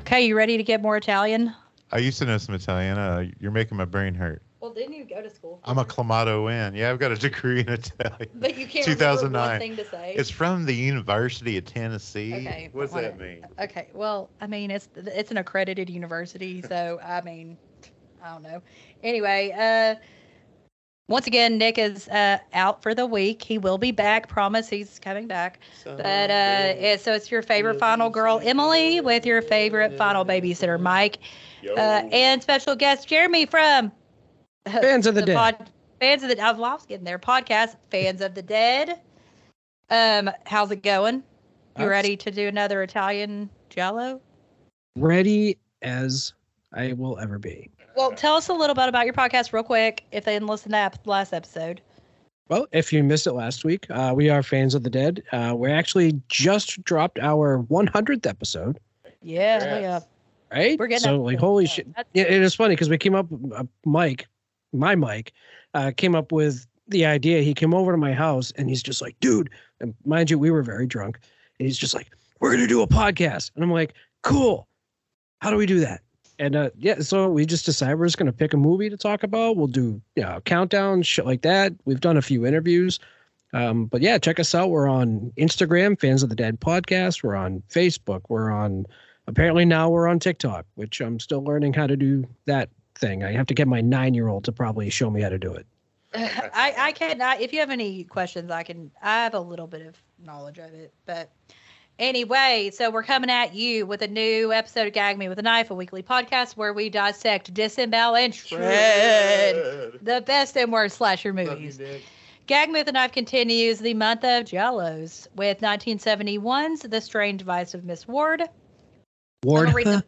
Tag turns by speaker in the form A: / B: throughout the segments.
A: Okay, you ready to get more Italian?
B: I used to know some Italian. Uh, you're making my brain hurt.
C: Well, didn't you go to school?
B: I'm
C: for
B: a
C: it?
B: clamato in. Yeah, I've got a degree in Italian.
C: But you can't
B: 2009.
C: remember one thing to say.
B: It's from the University of Tennessee.
C: Okay,
B: what does
C: but
B: that
C: what-
B: mean?
A: Okay, well, I mean, it's it's an accredited university, so I mean, I don't know. Anyway, uh, once again, Nick is uh, out for the week. He will be back. Promise, he's coming back. But uh, yeah, so it's your favorite final girl, Emily, with your favorite final babysitter, Mike, uh,
B: Oh.
A: and special guest Jeremy from
D: Fans of the, Dead.
A: pod- fans of the I've lost getting there podcast fans of the dead. Um, how's it going? You
D: Uh,
A: ready to do another Italian Jello?
D: Ready as I will ever be.
A: Well, tell us a little bit about your podcast, real quick, if they didn't listen to ap- last episode.
D: Well, if you missed it last week, uh, we are fans of the dead. Uh, we actually just dropped our 100th episode,
A: Yeah,
E: Yes.
A: yeah,
D: right?
A: we're getting
D: so
A: up
D: like
A: there.
D: holy
A: Yeah,
D: shit.
A: that's-
D: Yeah, it is funny because we came up, uh, Mike, my Mike, uh, came up with the idea. He came over to my house and he's just like, dude, and mind you, we were very drunk, and he's just like, we're gonna do a podcast, and I'm like, cool. How do we do that? And uh, yeah, so we just decided we're just gonna pick a movie to talk about. We'll do you know, countdown shit like that. We've done a few interviews. Um, but yeah, check us out. We're on Instagram, Fans of the Dead Podcast. We're on Facebook. We're on apparently now we're on TikTok, which I'm still learning how to do that thing. I have to get my nine year old to probably show me how to do it.
A: I I can. I, if you have any questions, I can. I have a little bit of knowledge of it, but anyway, so we're coming at you with a new episode of Gag Me with a Knife, a weekly podcast where we dissect, disembowel, and shred the best and worst slasher
E: Love you,
A: movies.
E: Nick.
A: Gag Me with a Knife continues the month of Jellos with 1971's The Strange Vice of Miss Ward. I'm
D: Ward,
A: gonna read the-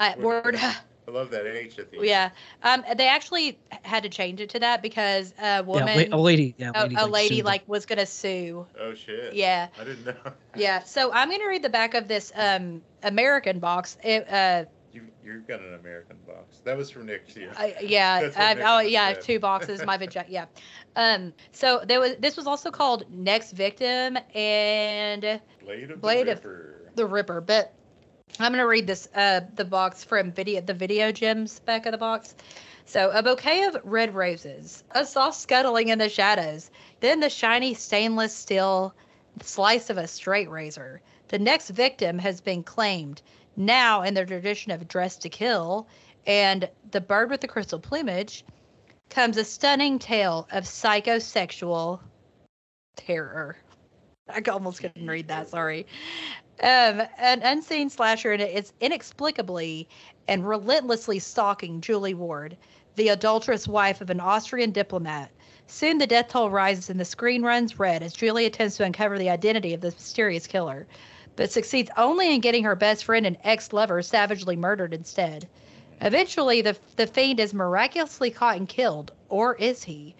A: Uh,
E: Ward.
A: Ward.
E: I love that H at the end.
A: Yeah. Um, they actually had to change it to that because a
D: yeah,
A: woman,
D: la- a lady, yeah,
A: a, a
D: like,
A: lady
D: sued
A: like was gonna sue.
E: Oh shit.
A: Yeah,
E: I didn't know.
A: yeah. So I'm gonna read the back of this um American box. It, uh,
E: You you've got an American box. That was from Nick too.
A: I, yeah.
E: That's what
A: I've,
E: Nick
A: oh
E: just
A: yeah, I have
E: said.
A: two boxes. My vagina. Yeah. Um. So there was. This was also called Next Victim and
E: Blade of
A: Blade
E: the
A: of-
E: Ripper.
A: the Ripper. But I'm gonna read this. Uh, the box from video. The video gems back of the box. So, a bouquet of red roses, a soft scuttling in the shadows, then the shiny stainless steel slice of a straight razor. The next victim has been claimed, now in the tradition of dress to kill, and the bird with the crystal plumage comes a stunning tale of psychosexual terror. I almost couldn't read that, sorry. Um, an unseen slasher is inexplicably and relentlessly stalking Julie Ward, the adulterous wife of an Austrian diplomat. Soon the death toll rises and the screen runs red as Julie attempts to uncover the identity of the mysterious killer, but succeeds only in getting her best friend and ex lover savagely murdered instead. Eventually, the, the fiend is miraculously caught and killed, or is he?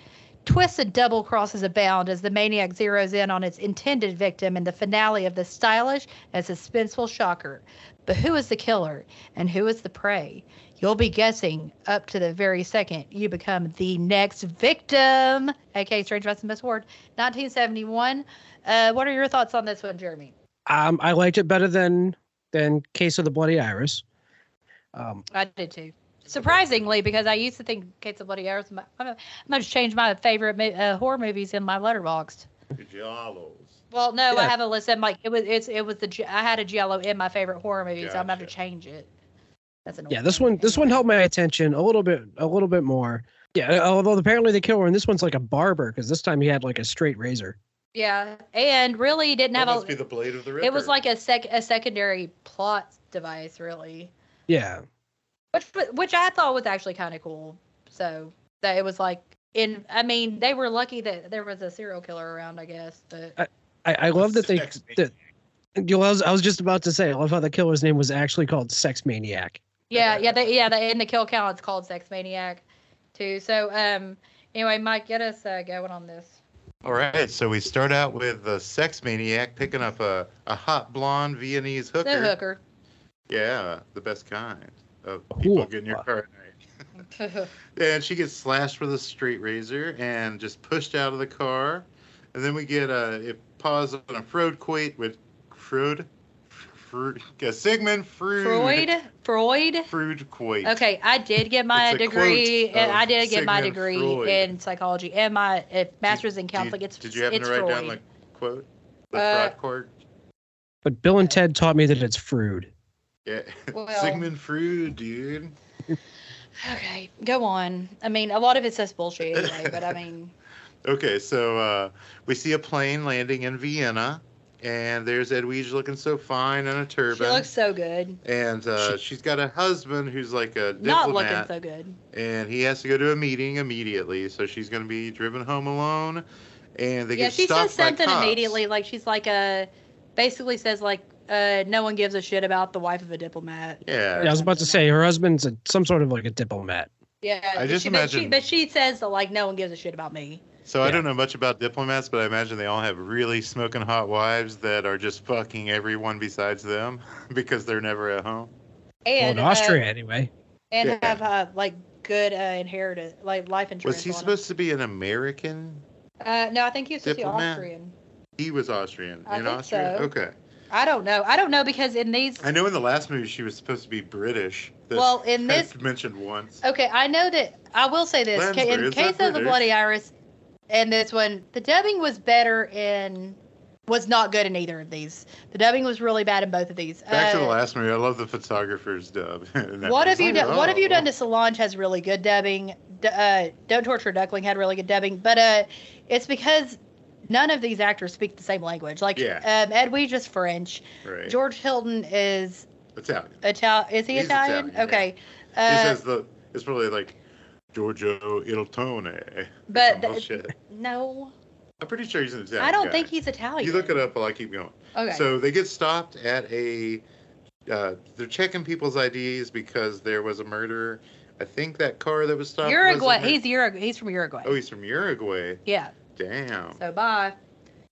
A: Twists and double crosses abound as the maniac zeroes in on its intended victim in the finale of the stylish and suspenseful shocker. But who is the killer and who is the prey? You'll be guessing up to the very second you become the next victim. Okay, Strange Vice and Miss Ward, 1971. Uh, what are your thoughts on this one, Jeremy?
D: Um, I liked it better than than Case of the Bloody Iris. Um,
A: I did too. Surprisingly, because I used to think Case of Bloody Arrows. I'm gonna I'm gonna change my favorite mo- uh, horror movies in my letterbox.
E: The Giallos.
A: Well, no, I
D: Yeah.
A: have a list. I'm like, it was it's it was the G- I had a Jello in my favorite horror movie, so I'm gonna have to
E: Gotcha.
A: change it. That's annoying.
D: yeah, this one this one held my attention a little bit a little bit more. Yeah, although apparently the killer in this one's like a barber because this time he had like a straight razor.
A: Yeah, and really didn't
E: That
A: have
E: must be
A: a.
E: the Blade of the Ripper.
A: It was like a sec a secondary plot device, really,
D: Yeah,
A: which which I thought was actually kind of cool. So that it was like in. I mean, they were lucky that there was a serial killer around, I guess. But
D: I, I love that they
E: Sex
D: that. You know, I was, I was just about to say, I love how the killer's name was actually called Sex Maniac.
A: Yeah, yeah, they, yeah. They, and the kill count it's called Sex Maniac, too. So, um, anyway, Mike, get us uh, going on this.
B: All right, so we start out with the sex maniac picking up a, a hot blonde Viennese hooker.
A: The hooker.
B: Yeah, the best kind of
D: Cool.
B: people getting your car at night.
A: oh,
B: And she gets slashed with a straight razor and just pushed out of the car. And then we get a it paused on a Freud quote with Freud Freud, Sigmund Freud,
A: Freud. Freud.
B: Freud Quake.
A: Okay, I did get my
B: It's a quote
A: degree. And
B: of
A: I did get my
B: Sigmund
A: degree
B: Freud.
A: in psychology and my uh, master's in counseling.
B: Did,
A: it's
B: did you happen
A: it's
B: to write
A: Freud.
B: down the quote? The
A: Uh,
B: Freud quote?
D: But Bill and Ted taught me that it's Frood.
B: Yeah.
A: well-
B: Sigmund Freud, dude.
A: Okay, go on. I mean, a lot of it says bullshit anyway, but I mean,
B: Okay, so uh, we see a plane landing in Vienna, and there's Edwige looking so fine in a
A: she
B: turban.
A: looks so good.
B: and uh, she's got a husband who's like a
A: Not
B: diplomat,
A: looking so good.
B: and he has to go to a meeting immediately. So she's going to be driven home alone, and they
A: Yeah,
B: get
A: she
B: stopped
A: says something
B: by cops.
A: immediately. Like she's like a, basically says like, uh, no one gives a shit about the wife of a diplomat.
B: Yeah,
D: Yeah, I was about to say her husband's a, some sort of like a diplomat.
A: Yeah,
B: I
A: but
B: just
A: she,
B: imagine-
A: But she, but she says that like no one gives a shit about me.
B: So I
D: Yeah.
B: don't know much about diplomats, but I imagine they all have really smoking hot wives that are just fucking everyone besides them because they're never at home.
D: Well,
A: And
D: in
A: uh,
D: Austria, anyway.
A: and
B: Yeah.
A: have uh, like good uh, inheritance, like life insurance.
B: Was he
A: on him.
B: supposed to be an American?
A: Uh, no, I think he was supposed to be
B: Diplomat.
A: Austrian.
B: He was Austrian.
A: I
B: in
A: think
B: Austria?
A: so.
B: Okay.
A: I don't know. I don't know because in these,
B: I know in the last movie she was supposed to be British. That's
A: well, in this,
B: mentioned once.
A: okay, I know that. I will say this: ca-
B: Lansbury,
A: in
B: is
A: case
B: that
A: of the
B: British?
A: Bloody Iris, and this one, the dubbing was better in, was not good in either of these. The dubbing was really bad in both of these.
B: Back to the
A: Uh,
B: last movie. I love the photographer's dub. in that
A: What have
B: movie.
A: you
B: Oh,
A: done? What have you done
B: wow.
A: to Solange? Has really good dubbing. D- uh, Don't torture Duckling had really good dubbing, but uh, it's because none of these actors speak the same language. Like
B: Yeah.
A: um, Ed Weege is French.
B: Right.
A: George Hilton is
B: Italian.
A: Italian. Is he
B: He's
A: Italian?
B: Italian, yeah.
A: Okay.
B: he
A: Uh,
B: says the. It's probably like Giorgio Iltone.
A: but th-
B: bullshit.
A: no,
B: I'm pretty sure he's an Italian.
A: I don't
B: guy.
A: think he's Italian.
B: You look it up while I keep going.
A: Okay.
B: So they get stopped at a. Uh, they're checking people's IDs because there was a murder. I think that car that was stopped. was a
A: Uruguay.
B: mur-
A: He's Uruguay. He's from Uruguay.
B: Oh, he's from Uruguay.
A: yeah.
B: Damn.
A: So bye.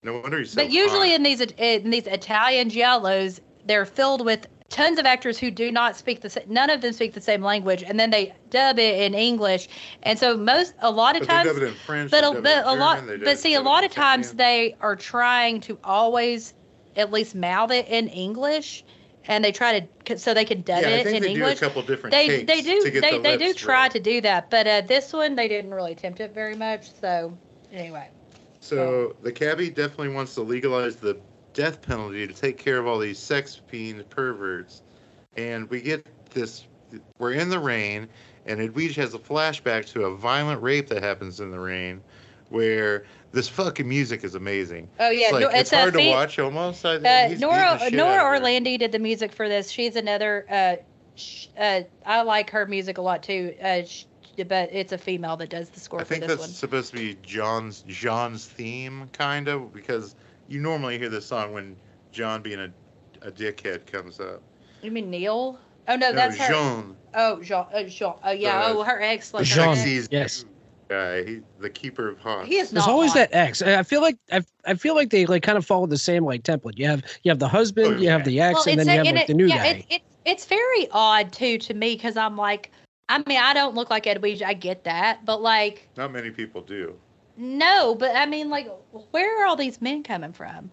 B: No wonder he's so.
A: but usually in
B: fine.
A: these in these Italian giallos, they're filled with tons of actors who do not speak the sa- none of them speak the same language, and then they dub it in English, and so most a lot of
B: But they
A: times.
B: dub it in French.
A: But
B: they
A: a,
B: dub it
A: but
B: in
A: a lot,
B: German, they dub
A: but
B: it-
A: see, a
B: dub it
A: lot
B: in
A: of times
B: Italian.
A: they are trying to always at least mouth it in English, and they try to so they can dub
B: yeah, I
A: it
B: think
A: in
B: they
A: English.
B: do a couple different
A: They
B: takes
A: they do
B: to get
A: they,
B: the
A: they do
B: lips
A: try
B: right.
A: to do that, but uh, this one they didn't really attempt it very much. So anyway,
B: So the cabbie definitely wants to legalize the death penalty to take care of all these sex fiend perverts, and we get this. We're in the rain, and Edwige has a flashback to a violent rape that happens in the rain, where this fucking music is amazing.
A: oh yeah,
B: it's, like,
A: no,
B: it's, hard
A: a
B: to
A: fe-
B: watch almost. I think
A: Uh,
B: he's beating the
A: Nora
B: shit out
A: Nora
B: of her.
A: Orlandi did the music for this. She's another. Uh, sh- uh, I like her music a lot too. Uh, sh- but it's a female that does the score
B: I
A: for
B: think
A: this
B: that's
A: one.
B: supposed to be John's John's theme, kind of, because you normally hear this song when John being a, a dickhead comes up.
A: You mean Neil? Oh no,
B: no,
A: that's her.
B: Jean,
A: Oh Jean. Oh, Jean. Oh yeah.
B: Uh,
A: oh, her ex.
B: the
A: Like
D: Jean.
A: Her
B: sexiest
D: yes.
B: guy, he, the keeper of
A: ex.
B: Hawks.
A: He is
D: There's
A: not
D: always
A: hot.
D: that ex. I I feel like I, I feel like they like kind of follow the same like template. You have you have the husband,
B: Oh,
D: you have
B: yeah.
D: the ex, and then you have
A: and
D: like
A: it-
D: the new
A: yeah,
D: guy.
A: It, it, it's very odd too to me because I'm like, I mean, I don't look like Edwige. I get that, but like,
B: Not many people do.
A: no. But I mean, like, where are all these men coming from?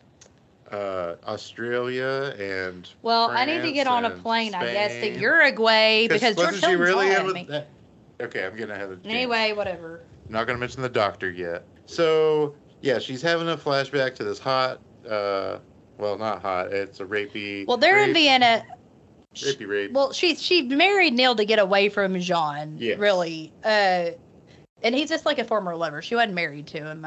B: Uh, Australia and
A: Well, I need to get
B: France
A: on a
B: and
A: plane, I guess, to
B: Spain.
A: Uruguay because George
B: wasn't she
A: Hilton's
B: really
A: hot
B: in
A: at
B: with
A: me.
B: that? Okay, I'm getting ahead of the game.
A: Anyway, whatever.
B: Not gonna mention the doctor yet. So yeah, she's having a flashback to this hot. Uh, well, not hot. It's a rapey.
A: Well, they're in
B: rape-
A: Vienna.
B: Rapey rape.
A: Well, she she married Neil to get away from Jean,
B: Yes.
A: really. Uh, and he's just like a former lover. She wasn't married to him.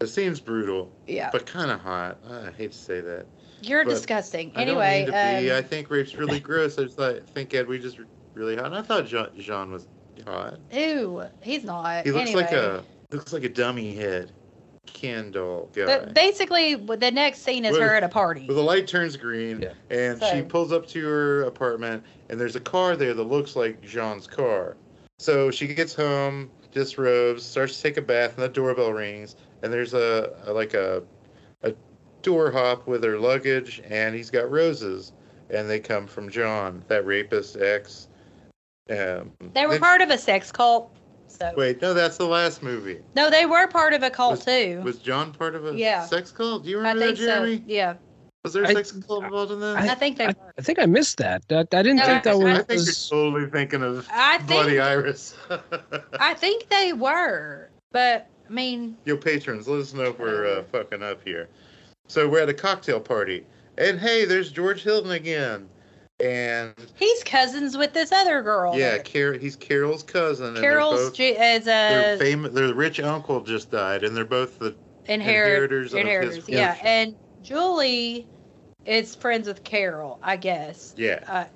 B: It seems brutal,
A: Yeah,
B: but kind of hot. I hate to say that.
A: you're
B: but
A: disgusting.
B: I
A: Anyway,
B: don't mean to be. I
A: um,
B: think rape's really gross. I just thought, think Ed, we just really hot. And I thought Jean, Jean was hot.
A: ew, he's not.
B: He looks
A: anyway.
B: like a looks like a dummy head candle guy.
A: But basically, w- the next scene is
B: Well,
A: her at a party.
B: Well, the light turns green,
D: Yeah.
B: and she
A: So-
B: pulls up to her apartment, and there's a car there that looks like Jean's car. So she gets home, disrobes, starts to take a bath, and the doorbell rings, and there's a, a like a a door hop with her luggage, and he's got roses, and they come from John, that rapist ex. Um,
A: They were
B: then-
A: part of a sex cult. So
B: Wait, no, that's the last movie.
A: no, they were part of a cult too.
B: Was John part of a
A: Yeah.
B: sex cult? Do you
A: I
B: remember
A: think
B: that, Jeremy?
A: so. Yeah.
B: Was there a
D: I-
B: sex club involved in that?
A: I, think they. were.
D: I think I missed that. That I didn't
A: No,
D: think that
A: I-
B: I
D: was.
B: think you're totally thinking of
A: I think
B: Bloody Iris.
A: I think they were, but I mean,
B: Yo, patrons, let us know if we're uh, fucking up here. So we're at a cocktail party, and hey, there's George Hilton again, and
A: he's cousins with this other girl.
B: yeah,
A: that-
B: Car- he's Carol's cousin. and they're
A: Carol's
B: both-
A: ju- is
B: their
A: a
B: famous, their rich uncle just died, and they're both the
A: inherit
B: inheritors,
A: inheritors.
B: of his
A: yeah,
B: fortune.
A: and Julie is friends with Carol, I guess.
B: yeah,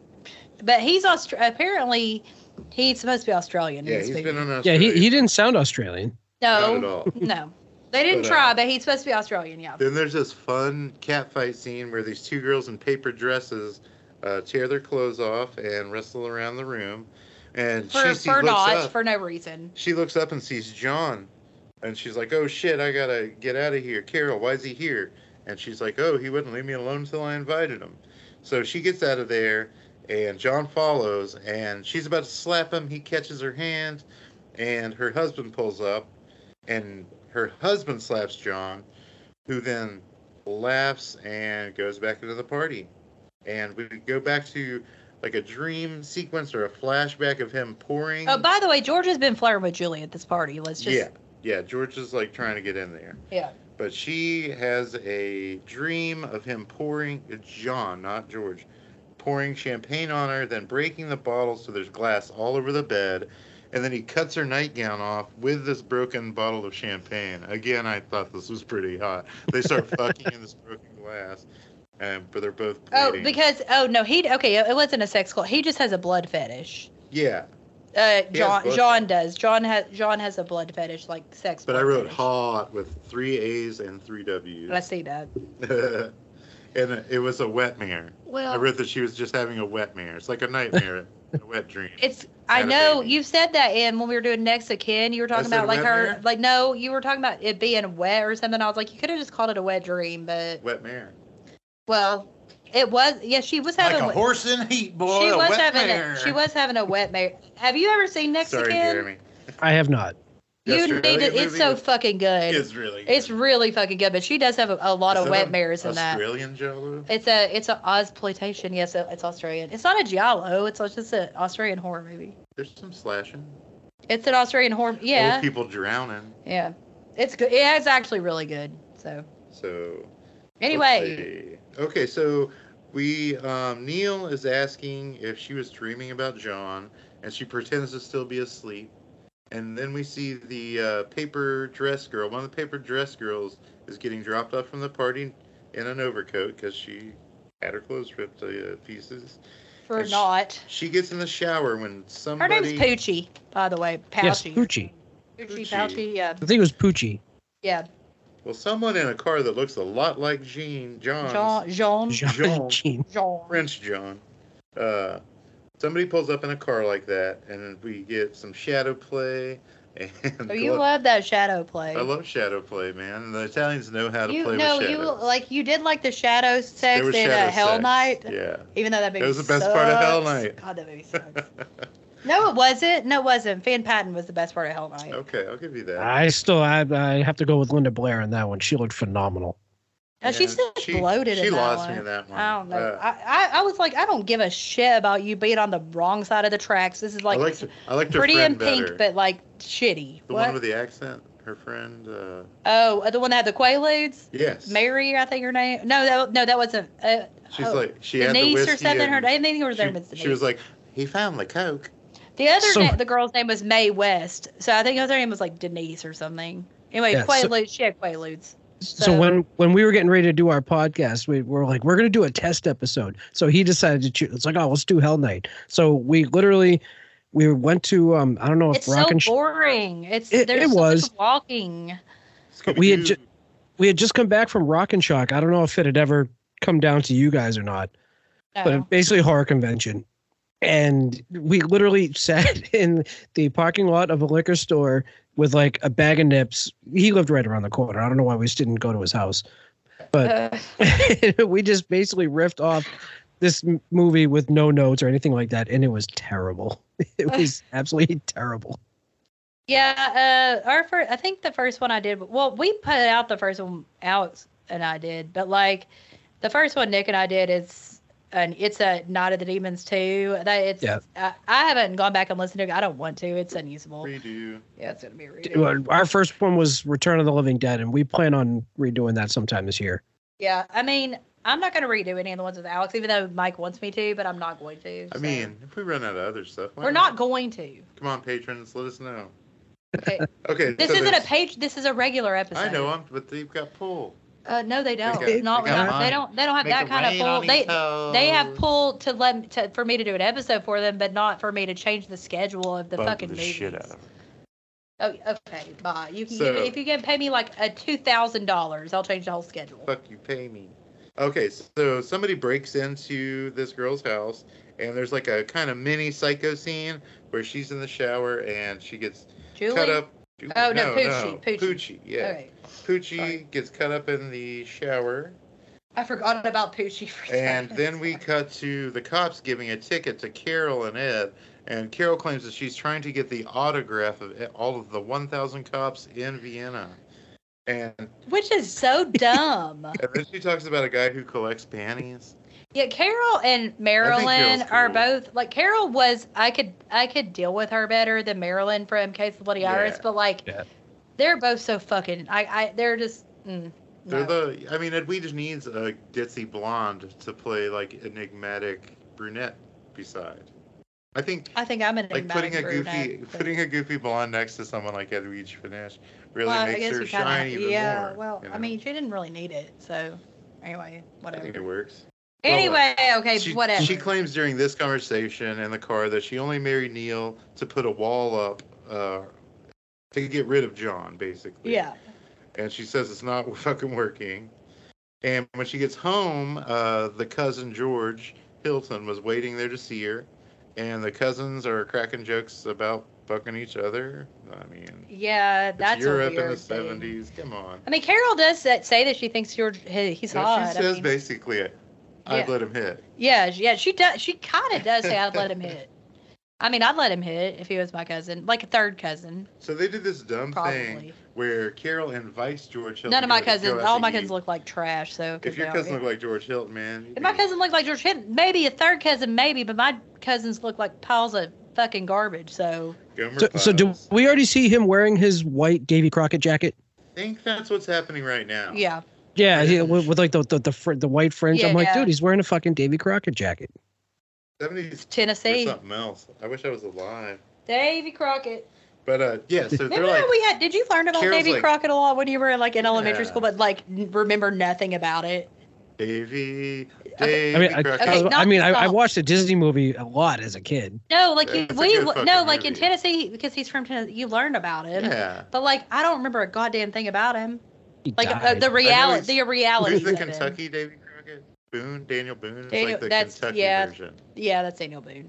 A: But he's Austra- apparently he's supposed to be Australian. in
B: yeah.
A: this
B: He's
A: movie.
B: been on
D: Yeah, he,
B: Australia.
D: he didn't sound Australian.
B: not at
A: no,
B: all.
A: no, they didn't
B: But, uh,
A: try, but he's supposed to be Australian. Yeah,
B: Then there's this fun catfight scene where these two girls in paper dresses uh, tear their clothes off and wrestle around the room, and
A: for
B: Chessie
A: for
B: looks
A: not
B: up.
A: for no reason.
B: she looks up and sees John, and she's like, "Oh shit, I gotta get out of here." Carol, why is he here? And she's like, "Oh, he wouldn't leave me alone until I invited him." So she gets out of there, and John follows, and she's about to slap him. He catches her hand, and her husband pulls up, and her husband slaps John, who then laughs and goes back into the party. And we go back to like a dream sequence or a flashback of him pouring.
A: Oh, by the way, George has been flirting with Julie at this party. Let's just
B: Yeah, yeah. George is like trying to get in there,
A: yeah.
B: but she has a dream of him pouring John, not George, pouring champagne on her, then breaking the bottle so there's glass all over the bed, and then he cuts her nightgown off with this broken bottle of champagne. Again, I thought this was pretty hot. They start fucking in this broken glass, and but they're both
A: Oh,
B: bleeding.
A: because oh no, he okay. It wasn't a sex cult. He just has a blood fetish.
B: yeah,
A: Uh,
B: He has
A: John
B: blood
A: John
B: fetish.
A: does. John has John has a blood fetish like sex.
B: but I
A: blood
B: wrote
A: fetish.
B: hot with three A's and three W's,
A: I see that.
B: and it was a wet mirror. I
A: Well,
B: read that she was just having a wet mirror. It's like a nightmare, a wet dream.
A: it's I
B: had a
A: know
B: baby.
A: you said that, and when we were doing next of kin, you were talking
B: said
A: about like
B: wet
A: her,
B: mirror?
A: like no, you were talking about it being wet or something. I was like, you could have just called it a wet dream, but
B: wet mirror.
A: well, it was. Yeah, she was having. wet-
E: horse in heat, boy.
A: she
E: a
A: was
E: wet
A: having.
E: mare.
A: A, she was having a wet mare. Have you ever seen next of
B: Sorry,
A: kin?
B: Jeremy.
D: I have not.
A: You
B: Yes,
A: need
B: Jeremy.
A: it. It's
B: Movie
A: so
B: with-
A: fucking good.
E: It's really.
A: It's
E: good.
A: really fucking good, but she does have a, a lot
B: Is
A: of
B: that
A: wet
B: an
A: mares in that.
B: Australian Jello.
A: It's a it's a Ozploitation. Yes, it- it's Australian. It's not a giallo. It's just an Australian horror movie.
B: There's some slashing.
A: It's an Australian horror.
B: Old
A: Yeah,
B: people drowning.
A: yeah. It's good. Yeah, it's actually really good. So
B: So. let's
A: anyway,
B: see. Okay, so we um, Neil is asking if she was dreaming about John, and she pretends to still be asleep. And then we see the uh, paper dress girl. One of the paper dress girls is getting dropped off from the party in an overcoat because she had her clothes ripped to uh, pieces.
A: for
B: and sh-
A: not
B: She gets in the shower when
A: her
B: somebody.
A: name's Poochie, by the way.
D: Yes,
A: Pouchy.
D: Poochie.
A: Poochie.
B: Poochie.
A: Pouchy. Yeah.
D: I think it was Poochie.
A: Yeah.
B: Well, someone in a car that looks a lot like Jean John.
A: Jean. Jean. Jean.
D: Jean.
B: Jean.
D: Jean.
B: French John. Uh, somebody pulls up in a car like that, and we get some shadow play. And
A: Oh, you
B: glo-
A: love that shadow play.
B: I love shadow play, man. The Italians know how to
A: you
B: play
A: no,
B: with
A: you
B: shadow.
A: like you did like the shadow sex
B: was
A: in
B: shadow
A: uh, Hell
B: sex.
A: Night.
B: yeah,
A: Even though that movie
B: was the best part of Hell
A: sucks.
B: Night.
A: God, that movie sucks. no, it wasn't. No, it wasn't. Fan Patton was the best part of Hell Night.
B: okay, I'll give you that.
D: I still I, I have to go with Linda Blair on that one. She looked phenomenal.
A: Now, she's
B: Yeah,
A: still bloated
B: She
A: in that
B: lost
A: one.
B: me in that one.
A: I don't know.
B: Uh,
A: I, I I was like, I don't give a shit about you being on the wrong side of the tracks. This is like
B: I liked, I liked her
A: pretty and
B: friend
A: pink,
B: better.
A: but like shitty.
B: the
A: what?
B: one with the accent, her friend. Uh,
A: oh, uh, the one that had the Quaaludes.
B: yes,
A: Mary, I think her name. No, that, no, that wasn't. Uh,
B: she's
A: oh,
B: like she had the
A: Denise
B: whiskey
A: or something.
B: and
A: Her, I didn't think her
B: she,
A: name was Denise.
B: she was like, he found the coke.
A: The other
D: So-
A: na- the girl's name was May West, so I think her name was like Denise or something. Anyway,
D: Yeah, so-
A: Quaaludes, she had Quaaludes.
D: So,
A: So-
D: when when we were getting ready to do our podcast, we were like, we're gonna do a test episode. So he decided to choose. It's like, oh, let's do Hell Night. So we literally we went to um I don't know if
A: It's
D: Rock
A: so
D: and Sh-
A: boring. It's
D: It-
A: there's
D: it
A: so
D: was.
A: much walking.
D: we had
B: Scooby-Doo.
D: ju- we had just come back from Rock and Shock. I don't know if it had ever come down to you guys or not.
A: No.
D: but basically a horror convention. And we literally sat in the parking lot of a liquor store with like a bag of nips. He lived right around the corner. I don't know why we just didn't go to his house.
A: Uh,
D: we just basically riffed off this m- movie with no notes or anything like that, and it was terrible. It was absolutely terrible.
A: yeah, uh, our first, I think the first one I did. Well, we put out the first one Alex and I did, but like The first one Nick and I did is an it's a Night of the Demons too. That it's
D: Yeah.
A: I, I haven't gone back and listened to it. I don't want to. It's unusable.
B: Redo.
A: Yeah, it's gonna be a redo.
D: Well, Our first one was Return of the Living Dead, and we plan on redoing that sometime this year.
A: Yeah, I mean, I'm not gonna redo any of the ones with Alex, even though Mike wants me to, but I'm not going to.
B: I
A: so.
B: mean, if we run out of other stuff, why
A: we're not going to.
B: Come on, patrons, let us know.
A: Okay,
B: Okay.
A: this
B: so
A: isn't a
B: there's-
A: page. This is a regular episode.
B: I know, I'm, but they've got pull.
A: Uh, no, they don't.
B: got-
A: not,
B: they got
A: not- they
B: mine.
A: don't. They don't have
B: Make
A: that
B: it
A: kind of
B: rain on
A: pull. They
B: these
A: they have
B: hoes.
A: pull to let to, for me to do an episode for them, but not for me to change the schedule of the
F: Bug
A: fucking
F: the
A: movies.
F: shit out of her.
A: Oh, okay, bye. You can
B: So-
A: give, if you can pay me like a two thousand dollars, I'll change the whole schedule.
B: Fuck you, pay me. Okay, so somebody breaks into this girl's house, and there's like a kind of mini psycho scene where she's in the shower and she gets
A: Julie.
B: cut up.
A: Oh, no, Poochie, Poochie.
B: Poochie, yeah.
A: Okay.
B: Poochie
A: Sorry.
B: gets cut up in the shower,
A: I forgot about Poochie for a
B: and
A: second.
B: then we cut to the cops giving a ticket to Carol and Ed. And Carol claims that she's trying to get the autograph of all of the 1,000 cops in Vienna. And,
A: Which is so dumb.
B: and then she talks about a guy who collects panties.
A: Yeah, Carol and Marilyn
B: Carol's
A: are
B: cool.
A: both like Carol was I could I could deal with her better than Marilyn from Case of the Bloody Iris,
B: Yeah.
A: but like
D: Yeah.
A: they're both so fucking I I they're just mm,
B: They're
A: no.
B: the. I mean, Ed Weed needs a ditzy blonde to play like enigmatic brunette. Beside, I think
A: I think I'm an
B: like putting a goofy
A: brunette, but-
B: putting a goofy blonde next to someone like Ed Weed Finesse really
A: well, I
B: makes
A: guess
B: her
A: you kinda,
B: shine even
A: yeah,
B: more.
A: well,
B: you
A: I
B: know?
A: mean, she didn't really need it, so anyway,
B: I think
A: whatever.
B: it works. well,
A: Anyway, okay,
B: she,
A: whatever.
B: She claims during this conversation in the car that she only married Neil to put a wall up uh, to get rid of John, basically.
A: yeah,
B: and she says it's not fucking working. And when she gets home, uh, the cousin George Hilton was waiting there to see her, and the cousins are cracking jokes about fucking each other. I mean, it's
A: yeah, that's
B: Europe
A: a weird
B: in the
A: thing.
B: seventies. Come on.
A: I mean, Carol does that, say that she thinks you're he, he's
B: So
A: hot.
B: she
A: I
B: says
A: mean,
B: basically, it.
A: Yeah.
B: I'd let him hit.
A: Yeah, she- yeah, she does. She kind of does say I'd let him hit. I mean, I'd let him hit if he was my cousin, like a third cousin,
B: So they did this dumb thing
A: probably.
B: where Carol invites George Hilton.
A: None of my
B: to go out
A: cousins,
B: to
A: all my
B: eat.
A: cousins look like trash. So 'cause
B: If your
A: they all-
B: cousin looked like George Hilton, man. you'd
A: if my
B: be-
A: cousin looked like George Hinton, maybe a third cousin, maybe, but my cousins look like piles of fucking garbage. So
B: Gomer
D: So, so do
B: Files.
D: we already see him wearing his white Davy Crockett jacket?
B: I think that's what's happening right now.
A: yeah,
D: Yeah,
B: Yeah.
D: he- with, with like the the, the fr- the white fringe. I'm
A: Yeah,
D: like,
A: yeah.
D: dude, he's wearing a fucking Davy Crockett jacket.
B: Seventies Or
A: Tennessee,
B: something else. I wish I was alive.
A: Davy Crockett.
B: But uh, yeah, so they're
A: Remember
B: like,
A: how we had? Did you learn about
B: Carol's
A: Davy
B: like-
A: Crockett a lot when you were like in elementary
B: Yeah.
A: school, but like n- remember nothing about it?
B: Davy,
A: Okay.
B: Davy
D: I mean, I,
B: Crockett.
D: I, was-
A: Okay,
D: I,
A: not
D: mean I, I
A: stop.
D: watched a Disney movie a lot as a kid.
A: No, like you,
B: It's a
A: we
B: good
A: no,
B: fucking
A: like in
B: movie.
A: Tennessee because he's from Tennessee. You learned about it.
B: yeah.
A: But like, I don't remember a goddamn thing about him.
D: He
A: Like uh,
D: died.
A: the reality,
B: he's-
A: the reality.
B: Who's the Kentucky Davy Crockett? Boone, Daniel Boone. It's
A: Daniel-
B: like the
A: that's-
B: Kentucky
A: yeah.
B: version.
A: Yeah, that's Daniel Boone.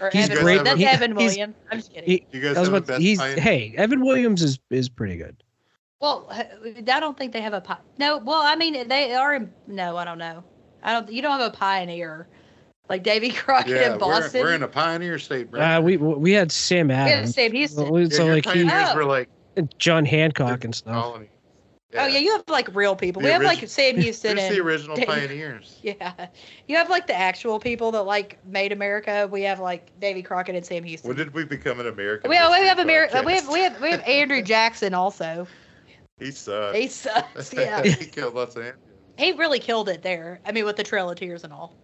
A: Or
D: He's
A: Evan.
B: great.
A: That's
B: He-
A: Evan
D: he's-
A: Williams. I'm just kidding.
D: he-
B: You guys
D: I was
B: have a
D: about to-
B: best
D: he's
B: pie?
D: hey Evan Williams is is pretty good.
A: well, h- I don't think they have a pi- no. Well, I mean, they are. in- No, I don't know. I don't. You don't have a pioneer like Davy Crockett
B: yeah,
A: in
B: we're,
A: Boston.
B: we're in a pioneer state, bro.
D: Uh, we we had Sam
A: yeah,
D: Adams,
A: Sam Houston.
D: so,
B: yeah,
D: so
B: your
D: like he,
B: pioneers
A: Oh.
B: were like
D: John Hancock and stuff.
B: colony.
A: Oh yeah, you have like real people.
B: The
A: we have like
B: origi-
A: Sam Houston
B: There's the
A: and
B: original
A: Daniel-
B: pioneers.
A: yeah, you have like the actual people that like made America. We have like Davy Crockett and Sam Houston.
B: When did we become an American?
A: Well, we
B: history
A: have America. We have
B: podcast?
A: we have we have Andrew Jackson also.
B: He sucks.
A: He sucks. Yeah,
B: he killed Los Angeles.
A: he really killed it there. I mean, with the Trail of Tears and all.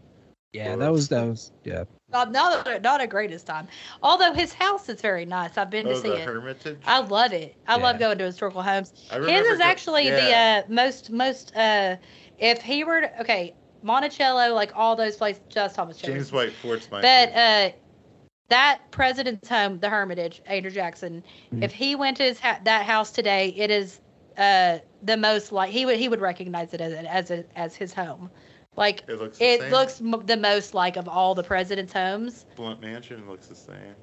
D: Yeah, that was that was yeah.
A: Um, not not a greatest time. Although his house is very nice. I've been to
B: Oh,
A: see
B: the
A: it.
B: Hermitage.
A: I love it. I love
D: Yeah.
A: going to historical homes.
B: I
A: His
B: remember
A: is
B: go-
A: actually
B: yeah.
A: the uh, most most. Uh, if he were to, okay, Monticello, like all those places, just Thomas Jefferson.
B: James White Ford's my.
A: uh, But
B: favorite.
A: uh, that president's home, the Hermitage, Andrew Jackson.
D: Mhm.
B: Mm-hmm.
A: If he went to his ha- that house today, it is uh, the most like he would he would recognize it as as a, as his home. Like
B: It looks. the
A: uh, it
B: same.
A: looks m- the most like of all the president's homes.
B: Blunt Mansion looks the same.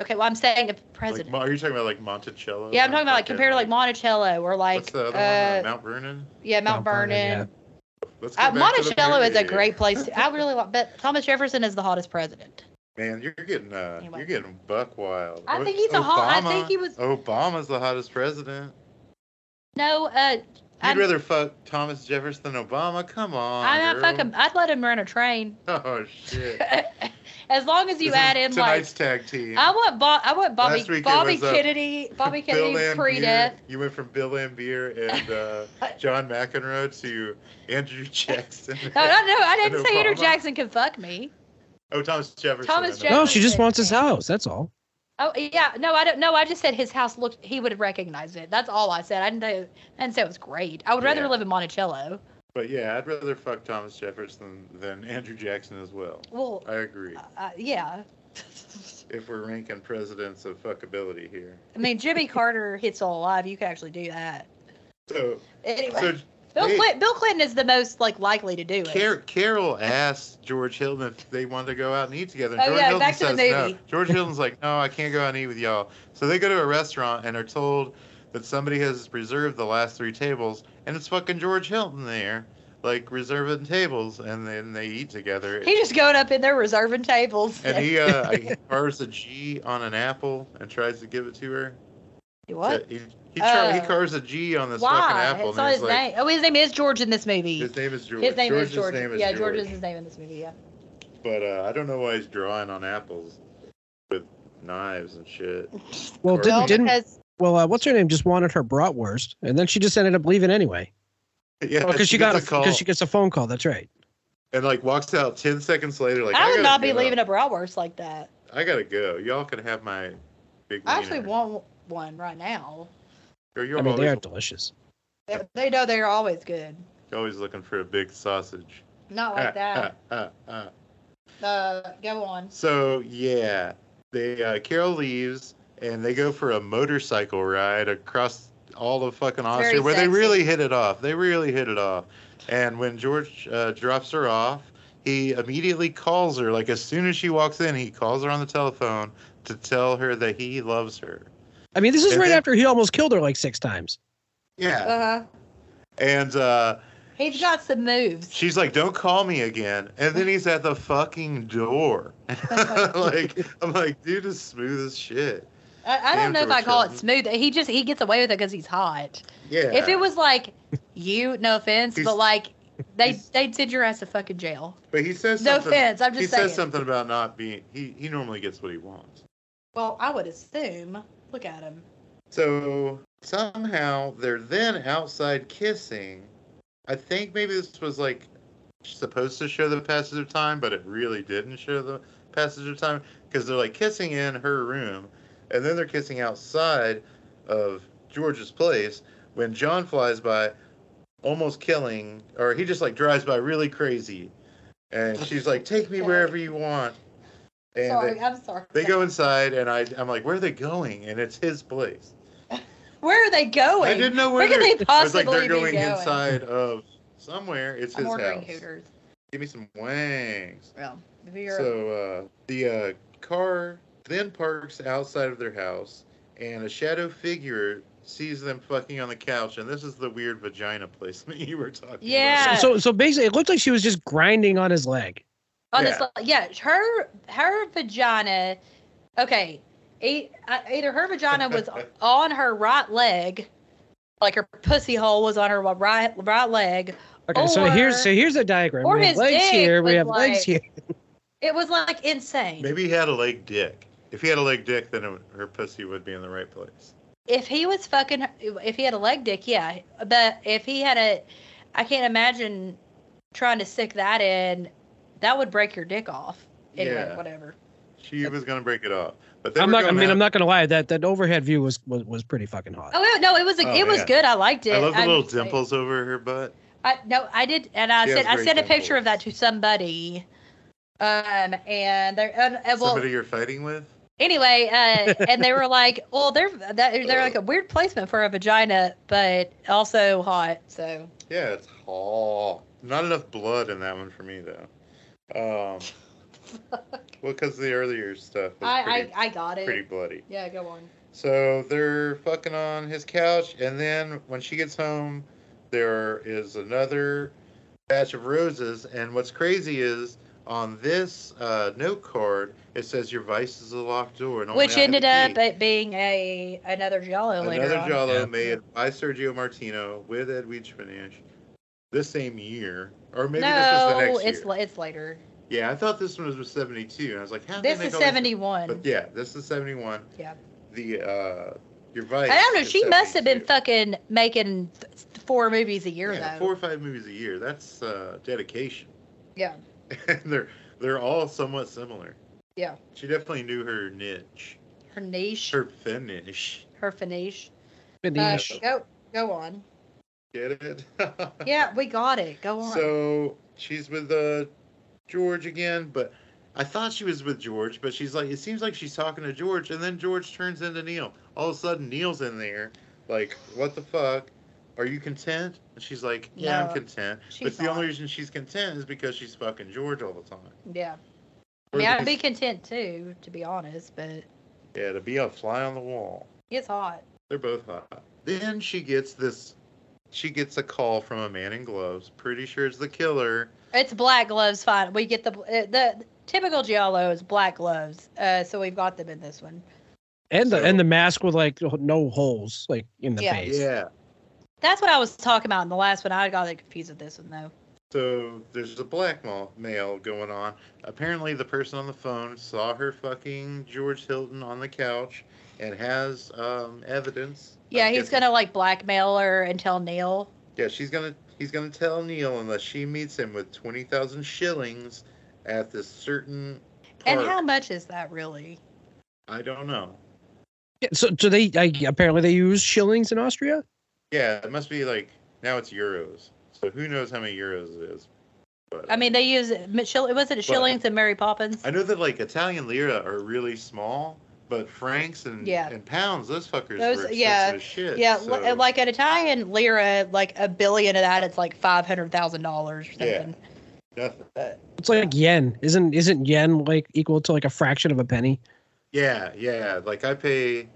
A: Okay, well I'm saying the
B: Like,
A: president.
B: Mo- are you talking about like Monticello?
A: yeah, I'm talking about like
B: Okay.
A: compared to like Monticello or like
B: What's the other
A: uh,
B: one? Mount Vernon.
A: yeah Mount,
D: Mount Vernon,
A: Vernon.
D: yeah.
B: Let's go
A: Uh,
B: back to the
A: Monticello is a
B: period.
A: great place. To, I really like, but Thomas Jefferson is the hottest president.
B: Man, you're getting uh,
A: Anyway.
B: you're getting buck wild.
A: I
B: What-
A: think he's a hot- I think he was-
B: Obama's the hottest president.
A: No, uh,
B: You'd
A: I'm-
B: rather fuck Thomas Jefferson than Obama? Come on.
A: I'm not
B: girl.
A: fucking. I'd let him run a train.
B: Oh shit.
A: as long as you
B: This is
A: add in like
B: tonight's tag team.
A: I want Bob. I want Bobby.
B: Last week it
A: Bobby
B: was, uh,
A: Kennedy. Bobby
B: Bill
A: Kennedy
B: Lambier.
A: pre-death.
B: You went from Bill Lambier and uh, John McEnroe to Andrew Jackson.
A: No, no, no. I
B: And
A: didn't say Andrew
B: Obama.
A: Jackson can fuck me.
B: Oh, Thomas Jefferson.
A: Thomas
B: I know.
D: No, Oh, she just wants his house. That's all.
A: Oh yeah, no, I don't. No, I just said his house looked. He would have recognized it. That's all I said. I didn't. Know, I didn't say it was great. I would rather
B: Yeah.
A: live in Monticello.
B: But yeah, I'd rather fuck Thomas Jefferson than Andrew Jackson as well.
A: Well,
B: I agree.
A: uh, yeah.
B: If we're ranking presidents of fuckability here.
A: I mean, Jimmy Carter hits all alive. You could actually do that.
B: So,
A: Anyway,
B: so
A: Bill,
B: hey.
A: Clinton, Bill Clinton is the most like likely to do it.
B: Car- Carol asked George Hilton if they wanted to go out and eat together. and
A: Oh,
B: George
A: yeah,
B: Hilton
A: back to the
B: says
A: movie.
B: no. George Hilton's like, no, I can't go out and eat with y'all. So they go to a restaurant and are told that somebody has reserved the last three tables, and it's fucking George Hilton there, like reserving tables, and then they eat together.
A: He's just going up in there reserving tables.
B: and he uh, he carves a G on an apple and tries to give it to her.
A: what?
B: He, he, char- he
A: Oh.
B: carves a G on this fucking
A: Why?
B: apple.
A: It's
B: and
A: not
B: he's
A: his name.
B: like,
A: Oh, his name is George in this movie.
B: His name is George.
A: His name
B: George's
A: is George.
B: name is
A: yeah,
B: George.
A: George. is his name in this movie. Yeah.
B: But uh, I don't know why he's drawing on apples with knives and shit.
D: Well,
B: Or-
D: didn't
A: Well,
D: didn't
A: because
D: well, uh, what's her name? Just wanted her bratwurst, and then she just ended up leaving anyway.
B: Yeah,
D: Because she, got a
B: gets call
D: because she gets a phone call. That's right.
B: and like walks out ten seconds later. Like I,
A: I would
B: gotta
A: not be
B: go.
A: leaving a bratwurst like that.
B: I gotta go. Y'all can have my big.
A: I actually
B: wiener.
A: want one right now.
B: Girl, You're
D: I mean, they
B: always,
D: are delicious.
A: They- They know they're always good.
B: always looking for a big sausage.
A: Not like that.
B: Ah, ah, ah.
A: Uh, go on.
B: So yeah, they uh, Carol leaves and they go for a motorcycle ride across all of fucking
A: very
B: Austria, where they
A: sexy.
B: really hit it off. They really hit it off. And when George uh, drops her off, he immediately calls her. Like as soon as she walks in, he calls her on the telephone to tell her that he loves her.
D: I mean, this is
B: And
D: right
B: then-
D: after he almost killed her like six times.
B: Yeah.
A: Uh huh.
B: and uh,
A: He's got some moves.
B: She's like, "Don't call me again," and then he's at the fucking door. like, I'm like, dude is smooth as shit.
A: I, I don't
B: Damn
A: know if I
B: George
A: call it
B: Hilton.
A: smooth. He just he gets away with it because he's hot.
B: Yeah.
A: If it was like you, no offense,
B: He's-
A: but like they
B: he's-
A: they did your ass to fucking jail.
B: but he says
A: No
B: something.
A: offense. I'm
B: he
A: just
B: says
A: saying.
B: something about not being he he normally gets what he wants
A: Well, I would assume. Look at him.
B: so somehow they're then outside kissing i think maybe this was like supposed to show the passage of time but it really didn't show the passage of time because they're like kissing in her room and then they're kissing outside of george's place when john flies by almost killing or he just like drives by really crazy and she's like take me wherever you want and
A: sorry,
B: they-
A: I'm sorry.
B: They go inside, and I, I'm like, where are they going? And it's his place.
A: Where are they going?
B: I didn't know
A: Where
B: where,
A: could
B: they're,
A: they
B: I was like,
A: possibly
B: they're
A: be
B: going,
A: going?
B: inside of somewhere. It's
A: I'm
B: his
A: ordering
B: house.
A: Hooters.
B: Give me some wangs.
A: Well, if you're
B: So uh, the uh, car then parks outside of their house, and a shadow figure sees them fucking on the couch. And this is the weird vagina placement you were talking
A: Yeah.
B: about.
D: So so basically, it looked like she was just grinding on his leg.
A: on
B: Yeah.
A: this li- yeah her her vagina okay e- uh, either her vagina was on her right leg like her pussy hole was on her wa- right right leg
D: Okay, so
A: Or-
D: here's so here's a diagram.
A: or
D: We have
A: his
D: legs
A: dick
D: here. We
A: was
D: have legs
A: like-
D: here.
A: it was like insane
B: Maybe he had a leg dick. If he had a leg dick, then it, her pussy would be in the right place.
A: if he was fucking if he had a leg dick yeah but if he had a i can't imagine trying to stick that in that would break your dick off anyway
B: Yeah.
A: whatever
B: She was gonna break it off, but they
D: I'm
B: were
D: not. I
B: going
D: mean,
B: out-
D: I'm not gonna lie. That that overhead view was was, was pretty fucking hot.
A: oh no it was a,
B: Oh,
A: it was
B: yeah.
A: good i liked it
B: I love the little
A: just saying.
B: dimples over her butt.
A: I no, I did, and I
B: She
A: sent
B: has
A: I
B: great
A: sent a picture of that to
B: dimples.
A: somebody, um, and they're and, and well,
B: Somebody you're fighting with.
A: anyway, uh, and they were like, well, they're that,
B: Uh,
A: they're like a weird placement for a vagina, but also hot. So
B: Yeah, it's hot. Not enough blood in that one for me though. Um, well, because the earlier stuff was
A: I,
B: pretty,
A: I I got it.
B: pretty bloody.
A: Yeah, go on.
B: So they're fucking on his couch, and then when she gets home, there is another batch of roses. And what's crazy is On this uh, note card, it says your vice is a locked door, and only
A: Which
B: I have a
A: ended up
B: key.
A: it being a another Giallo later
B: another
A: on.
B: Giallo
D: Yeah.
B: made by Sergio Martino with Edwige Finance this same year, or maybe this was the
A: no,
B: next
A: it's
B: year.
A: la- it's later.
B: yeah, I thought this one was, was seventy-two, and I was like, how?
A: This is
B: seventy.
A: seventy one.
B: But yeah, this is seventy-one.
A: Yeah.
B: The uh, your vice.
A: I don't know.
B: is
A: She must have been
B: 72.
A: fucking making th- th- four movies a year
B: Yeah,
A: though.
B: four or five movies a year. That's uh, dedication.
A: Yeah.
B: and they're they're all somewhat similar.
A: Yeah.
B: She definitely knew her niche,
A: Her niche, her,
B: her finish.
A: finish. Uh,
D: Finish.
A: go go on.
B: Get it?
A: Yeah, we got it. Go on.
B: So she's with uh, George again, but I thought she was with George, but she's like, it seems like she's talking to George, and then George turns into Neil. All of a sudden, Neil's in there, like, what the fuck? Are you content? And she's like, yeah,
A: No,
B: I'm content.
A: she's
B: But the only
A: not.
B: reason she's content is because she's fucking George all the time.
A: yeah. I
B: Or
A: mean, I'd be
B: because-
A: content too, to be honest. But
B: Yeah, to be a fly on the wall.
A: it's hot.
B: They're both hot. Then she gets this. She gets a call from a man in gloves. Pretty sure it's the killer.
A: It's black gloves. Fine. We get the uh, the typical giallo is black gloves. Uh, so we've got them in this one.
D: and the and
B: So-
D: the mask with like no holes like in the
A: Yeah.
D: face.
B: Yeah.
A: That's what I was talking about in the last one. I got it confused with this one though.
B: So there's a blackmail going on. Apparently, the person on the phone saw her fucking George Hilton on the couch and has um, evidence.
A: Yeah,
B: I'm
A: he's
B: guessing-
A: gonna like blackmail her and tell Neil.
B: Yeah, she's gonna. He's gonna tell Neil unless she meets him with twenty thousand shillings at this certain.
A: And how
B: park.
A: much is that really?
B: I don't know.
D: So so they I, apparently they use shillings in Austria.
B: Yeah, it must be like now it's euros. So who knows how many euros it is? But
A: I mean, they use Michelle. Was it shillings and Mary Poppins?
B: I know that like Italian lira are really small, but francs and
A: Yeah.
B: and pounds, those fuckers
A: Those-
B: were expensive
A: yeah.
B: as shit.
A: yeah,
B: so,
A: li- like an Italian lira, like a billion of that, it's like five hundred thousand dollars or
B: Yeah.
A: something.
B: nothing.
D: It's like yen. Isn't isn't yen like equal to like a fraction of a penny?
B: Yeah, yeah. Like I pay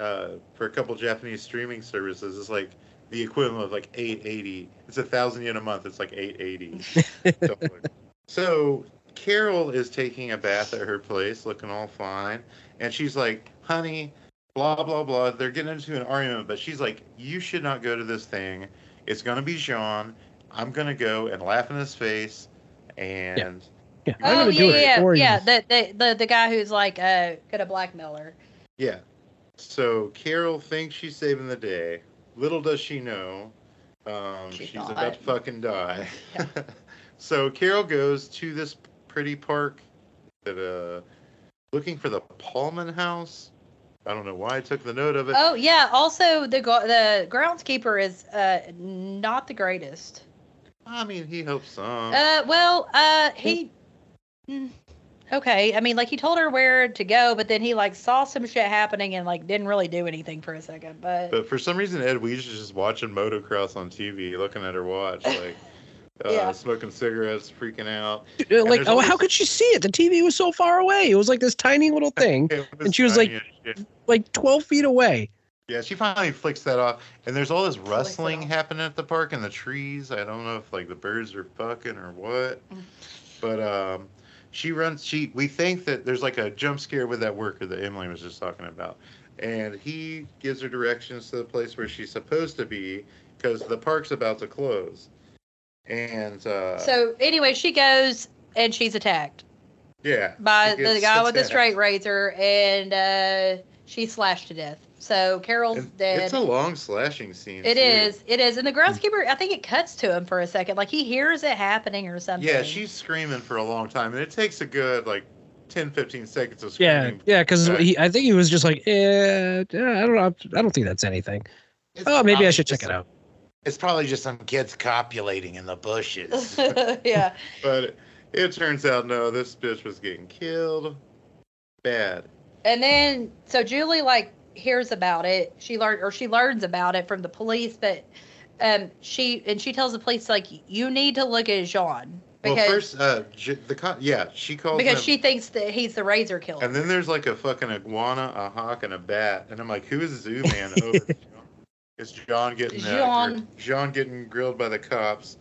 B: uh, for a couple Japanese streaming services. It's like the equivalent of like eight eighty. It's a thousand yen a month. It's like eight eighty. so Carol is taking a bath at her place, looking all fine, and she's like, "Honey, blah blah blah." They're getting into an argument, but she's like, "You should not go to this thing. It's gonna be Jean. I'm gonna go and laugh in his face." And
D: Yeah,
B: I'm
A: Oh
B: gonna
A: yeah,
B: do it
A: yeah,
D: for you. Uh,
A: yeah. The, the the the guy who's like uh gonna blackmail her.
B: Yeah. So Carol thinks she's saving the day. Little does she know, um,
A: She's
B: she's,
A: not.
B: about to fucking die.
A: Yeah.
B: so Carol goes to this pretty park that uh, looking for the Pullman House. I don't know why I took the note of it.
A: Oh yeah. Also, the go- the groundskeeper is uh not the greatest.
B: I mean, he helps some.
A: Uh, well, uh, he. Mm. Okay, I mean, like he told her where to go, but then he like saw some shit happening and like didn't really do anything for a second. But
B: but for some reason, Ed Weege is just watching motocross on TV, looking at her watch, like uh,
A: Yeah.
B: smoking cigarettes, freaking out.
D: Dude, Like
B: there's
D: oh,
B: always-
D: how could she see it? The TV was so far away. It was like this tiny little thing,
B: It
D: And she was like,
B: tiny as shit.
D: like twelve feet away.
B: Yeah, she finally flicks that off, and there's all this
A: it
B: rustling
A: off.
B: happening at the park in the trees. I don't know if like the birds are fucking or what,
A: Mm.
B: but um, she runs. She we think that there's like a jump scare with that worker that Emily was just talking about, and he gives her directions to the place where she's supposed to be because the park's about to close, and uh,
A: so anyway, she goes and she's attacked
B: yeah,
A: by
B: she
A: the
B: gets
A: guy with the
B: attacked.
A: straight razor, and uh, she's slashed to death. So Carol's
B: And
A: dead.
B: It's a long slashing scene.
A: It
B: too.
A: is. It is. And the groundskeeper, I think it cuts to him for a second. Like he hears it happening or something.
B: Yeah, she's screaming for a long time, and it takes a good like 10, 15 seconds of
D: Yeah,
B: screaming.
D: yeah, because
B: Right.
D: I think he was just like, eh, yeah, I don't know, I don't think that's anything.
B: It's
D: Oh, maybe I
B: probably
D: should check
B: just
D: it out.
E: It's probably just some kids copulating in the bushes.
A: yeah.
B: some- But it, turns out no, this bitch was getting killed. Bad.
A: And then so Julie like hears about it. She learn or she learns about it from the police, but um she and she tells the police like you need to look at Jean because
B: well, first, uh, j- the co- yeah, she calls
A: because
B: him,
A: she thinks that he's the razor killer.
B: and then there's like a fucking iguana, a hawk, and a bat, and I'm like, who is Zoo Man? over? It's John getting uh, gr-
A: Jean.
B: John getting grilled by the cops,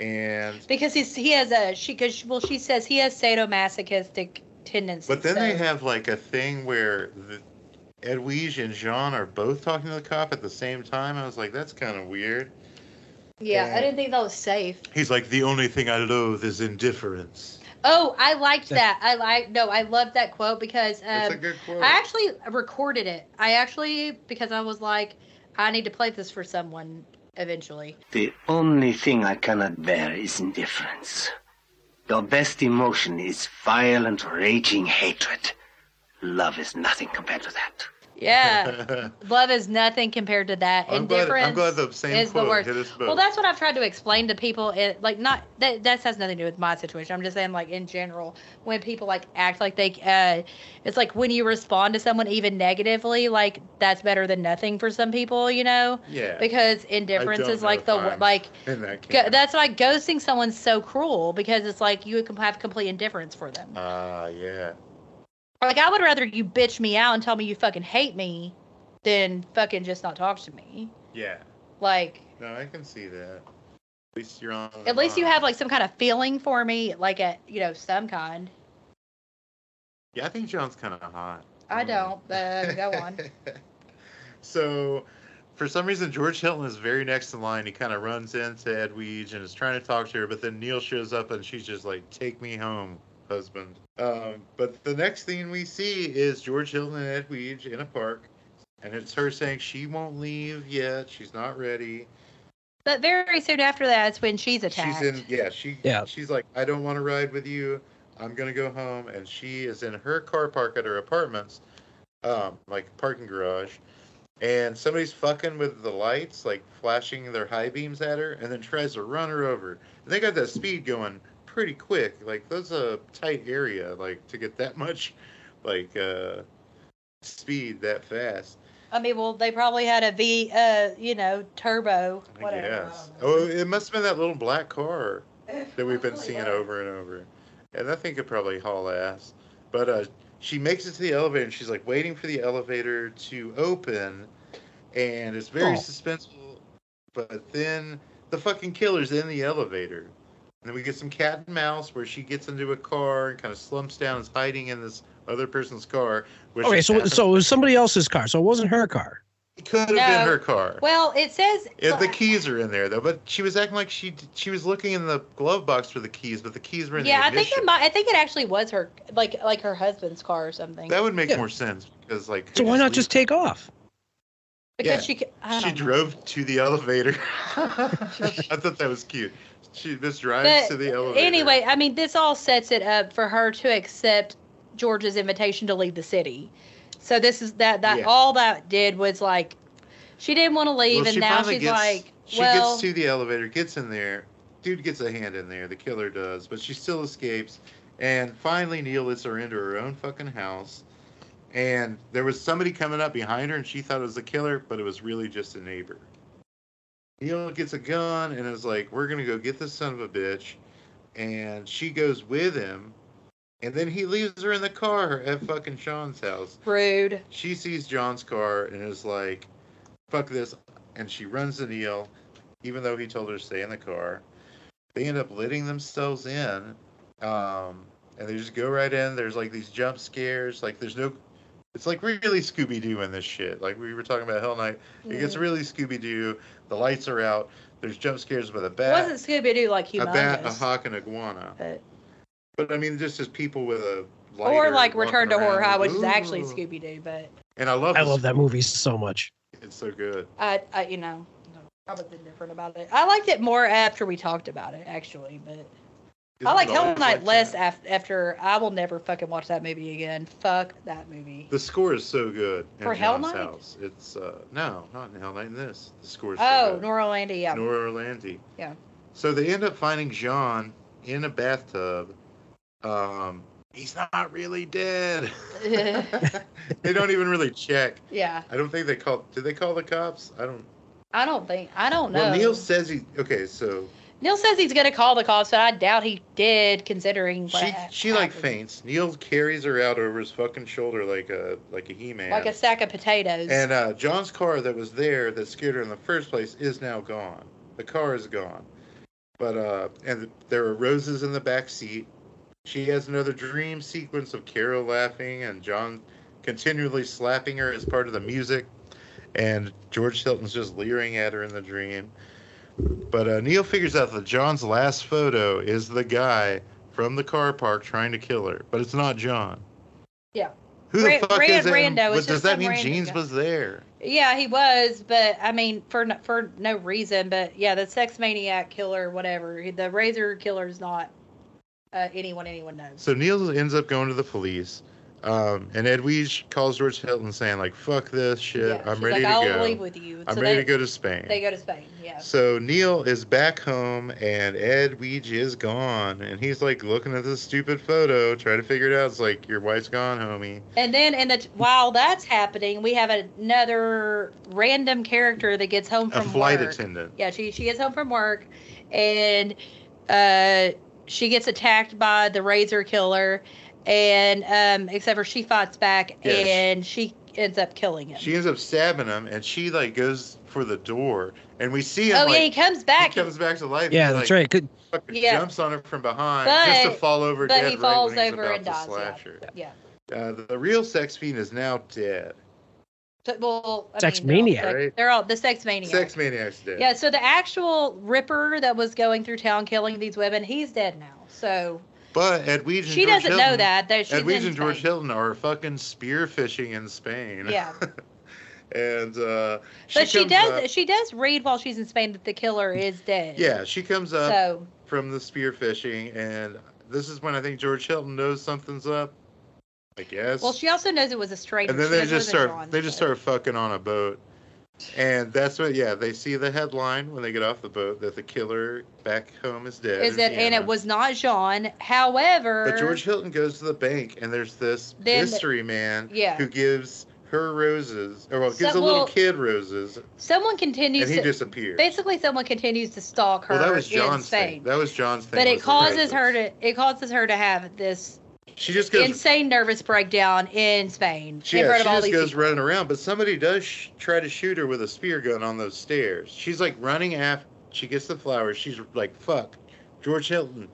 B: and
A: because he's he has a she because well she says he has sadomasochistic tendencies.
B: But then
A: so-
B: they have like a thing where the, Edwige and Jean are both talking to the cop at the same time. I was like, that's kind of weird.
A: yeah,
B: uh,
A: I didn't think that was safe.
B: He's like, the only thing I loathe is indifference.
A: Oh, I liked
D: That-
A: that. I like no, I loved that quote because
B: That's a
A: um,
B: good quote.
A: I actually recorded it. I actually because I was like, I need to play this for someone eventually.
G: The only thing I cannot bear is indifference. Your best emotion is violent, raging hatred. Love is nothing compared to that.
A: Yeah, love is nothing compared to that.
B: I'm, glad,
A: Indifference.
B: I'm glad the same
A: is the
B: quote
A: worst.
B: hit us both.
A: Well, that's what I've tried to explain to people. It, like, not that that has nothing to do with my situation. I'm just saying, like in general, when people like act like they, uh, it's like when you respond to someone even negatively, like that's better than nothing for some people, you know,
B: yeah.
A: because indifference
B: don't
A: is
B: know
A: like
B: if
A: the
B: I'm-
A: like.
B: in that
A: Go,
B: camp.
A: that's why ghosting someone's so cruel because it's like you can have complete indifference for them.
B: Ah, yeah.
A: Like I would rather you bitch me out and tell me you fucking hate me, than fucking just not talk to me.
B: Yeah.
A: Like
B: No, I can see that. At least you're on. the
A: At least you
B: line.
A: have like some kind of feeling for me, like a you know some kind.
B: Yeah, I think John's kind of hot.
A: I
B: Mm.
A: don't. Uh, go on.
B: so, for some reason, George Hilton is very next in line. He kind of runs into Edwige and is trying to talk to her, but then Neil shows up and she's just like, "Take me home, husband." Um, but the next thing we see is George Hilton and Edwige in a park, and it's her saying she won't leave yet. She's not ready.
A: But very soon after that is when she's attacked.
B: She's in yeah, she
D: Yeah.
B: she's like, I don't want to ride with you. I'm gonna go home and she is in her car park at her apartments, um, like parking garage. And somebody's fucking with the lights, like flashing their high beams at her, and then tries to run her over. And they got that speed going pretty quick. Like that's a tight area, like to get that much like uh speed that fast.
A: I mean, well, they probably had a V, uh, you know, turbo,
B: I
A: whatever. I
B: guess.
A: don't know.
B: Oh, it must have been that little black car that we've been seeing over and over. And that thing could probably haul ass. But uh, she makes it to the elevator and she's like waiting for the elevator to open. And it's very
D: Oh.
B: suspenseful. But then the fucking killer's in the elevator. And then we get some cat and mouse where she gets into a car and kind of slumps down and is hiding in this other person's car. Which
D: Okay, so
B: happened-
D: so it was somebody else's car, so it wasn't her car.
B: it could have
A: No.
B: been her car.
A: Well, it says
B: Yeah, the keys are in there though, but she was acting like she she was looking in the glove box for the keys, but the keys were in
A: Yeah, I
B: the
A: think it
B: ignition.
A: might. I think it actually was her, like like her husband's car or something.
B: that would make
D: Yeah.
B: more sense because like
D: So
B: who
D: why not
B: leaves-
D: just take off?
A: because
B: yeah.
A: she, c- I
B: she
A: don't know.
B: drove to the elevator. I thought that was cute. She just drives
A: But
B: to the elevator.
A: Anyway, I mean, this all sets it up for her to accept George's invitation to leave the city. So this is that that
B: Yeah.
A: all that did was like she didn't want to leave,
B: Well,
A: and
B: she
A: now
B: finally
A: she's
B: gets-
A: like,
B: she
A: well,
B: gets to the elevator, gets in there. Dude gets a hand in there. The killer does, but she still escapes. And finally, Neil lets her into her own fucking house. And there was somebody coming up behind her, and she thought it was the killer, but it was really just a neighbor. Neil gets a gun and is like, "We're gonna go get this son of a bitch," and she goes with him. And then he leaves her in the car at fucking Sean's house
A: rude.
B: she sees John's car and is like, fuck this. And she runs to Neil, even though he told her to stay in the car. They end up letting themselves in. Um, and they just go right in. There's like these jump scares. Like, there's no. It's like really Scooby Doo in this shit. Like, we were talking about Hell Night. It
A: Mm.
B: gets really Scooby Doo. The lights are out. There's jump scares with a
A: It
B: bat,
A: wasn't Scooby Doo like
B: a bat, a
A: humongous,
B: hawk, and iguana.
A: but-
B: But I mean, just as people with a.
A: or
B: lighter
A: like
B: walking
A: Return to Horror
B: around,
A: High,
B: like,
A: which is actually
B: "Ooh."
A: Scooby Doo, but
B: And I love.
D: I
B: the
D: love that movie so much.
B: sc- It's so good.
A: I, I you know, I was indifferent about it. I liked it more after we talked about it, actually, but. I
B: Isn't
A: like
B: it
A: Hell
B: always
A: Knight
B: like
A: less
B: that?
A: af- after I will never fucking watch that movie again. Fuck that movie.
B: The score is so good. in
A: For Hell
B: John's
A: Knight?
B: House. It's uh, no, not in Hell Night. In this, the score is so
A: Oh,
B: good.
A: Nora Landy, yeah.
B: Nora Orlandi.
A: Yeah.
B: So they end up finding Jean in a bathtub. Um, he's not really dead. they don't even really check.
A: yeah.
B: I don't think they call. Did they call the cops? I don't.
A: I don't think I don't know.
B: Well,
A: Neil,
B: Neil says he. Okay, so
A: says he's gonna call the cops, but I doubt he did considering what
B: she
A: ha-
B: she like
A: happened.
B: faints. Neil carries her out over his fucking shoulder like a like a he man.
A: Like a sack of potatoes.
B: And uh, John's car that was there that scared her in the first place is now gone. The car is gone. But uh, and there are roses in the back seat. She has another dream sequence of Carol laughing and John continually slapping her as part of the music, and George Hilton's just leering at her in the dream. But uh, Neil figures out that John's last photo is the guy from the car park trying to kill her, but it's not John.
A: Yeah.
B: Who
A: Ra-
B: the fuck
A: Ray
B: is
A: and
B: that?
A: Rando is
B: but
A: just
B: does that
A: some
B: mean
A: random
B: Jeans
A: guy.
B: was there?
A: Yeah, he was, but I mean, for no, for no reason. But yeah, the sex maniac killer, whatever. he- The razor killer is not uh, anyone anyone knows.
B: So Neil ends up going to the police, um, and Ed Weege calls George Hilton saying like, "Fuck this shit,
A: Yeah,
B: I'm
A: she's
B: ready
A: like, I'll
B: to go.
A: leave with you.
B: I'm
A: so
B: ready
A: they,
B: to go to Spain."
A: They go to Spain. Yeah.
B: So Neil is back home, and Ed Weege is gone, and he's like looking at this stupid photo, trying to figure it out. It's like your wife's gone, homie.
A: And then, in the while that's happening, we have another random character that gets home
B: A
A: from
B: flight
A: work.
B: attendant.
A: Yeah, she she gets home from work, and uh, she gets attacked by the razor killer, and um, except for she fights back,
B: Yes.
A: and she ends up killing him.
B: She ends up stabbing him, and she like goes for the door, and we see him.
A: oh yeah, he
B: like,
A: comes
B: he
A: back,
B: comes back to life.
D: Yeah,
B: and,
D: that's
B: like,
D: right. Good.
B: Fucking
A: Yeah.
B: jumps on her from behind just to
A: But-
B: fall over
A: but
B: dead
A: he
B: right
A: falls
B: when he's
A: over
B: about
A: and
B: to
A: dies.
B: slash
A: Yeah.
B: her.
A: yeah.
B: Uh, the, the real sex fiend is now dead.
A: So- well, I
D: Sex
A: mean, they're all
D: maniac.
A: sex-
B: Right.
A: They're all the sex maniac.
B: Sex maniac's dead.
A: Yeah. So the actual Ripper that was going through town killing these women, he's dead now. So
B: But Edwige and
A: she
B: George
A: doesn't know
B: Hilton-
A: that. That she's
B: Edwige
A: in
B: and George
A: Spain.
B: Hilton are fucking spearfishing in Spain.
A: Yeah.
B: and uh,
A: But she,
B: comes
A: does.
B: up-
A: She does read while she's in Spain that the killer is dead.
B: yeah, uh, she comes up
A: So
B: from the spearfishing, and this is when I think George Hilton knows something's up. I guess.
A: well, she also knows it was a stranger.
B: and then
A: She
B: they
A: knows it
B: just
A: wasn't
B: start
A: John,
B: they just
A: so-
B: start fucking on a boat and that's what yeah they see the headline when they get off the boat that the killer back home is dead
A: Is
B: in
A: that and
B: Vienna.
A: it was not John. However,
B: but george hilton goes to the bank and there's this
A: Then-
B: mystery man
A: yeah.
B: who gives her roses or well
A: So-
B: gives a little
A: well,
B: kid roses
A: someone continues
B: and he
A: to
B: disappears
A: basically someone continues to stalk her
B: well that was
A: in
B: john's
A: Spain.
B: thing that was john's thing
A: but it
B: was the
A: causes her
B: roses.
A: to it causes her to have this
B: she just goes
A: insane nervous breakdown in Spain
B: She,
A: in
B: yeah,
A: front
B: she
A: of all
B: just
A: these
B: goes
A: people.
B: running around, but somebody does sh- try to shoot her with a spear gun on those stairs. She's like running after. She gets the flowers. She's like, "Fuck, George Hilton,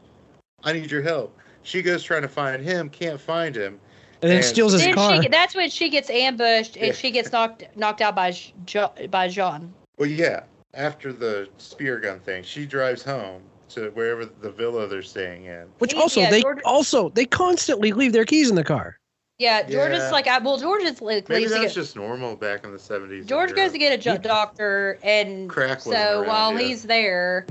B: I need your help." She goes trying to find him, can't find him.
D: And then
B: And-
D: steals his
A: Then
D: car.
A: she, that's when she gets ambushed and
B: Yeah.
A: she gets knocked knocked out by Jo- by Jean.
B: Well, yeah, after the spear gun thing, she drives home to wherever the villa they're staying in.
D: Which
A: Yeah,
D: also
A: yeah,
D: they
A: Jordan-
D: also they constantly leave their keys in the car.
A: Yeah, George
B: Yeah.
A: is like, I, well, George is like,
B: Maybe
A: leaves to
B: that was
A: get,
B: just normal back in the seventies.
A: George goes to get a ju-
D: Yeah.
A: doctor, and
B: Crack was
A: so
B: around,
A: while
B: yeah.
A: he's there,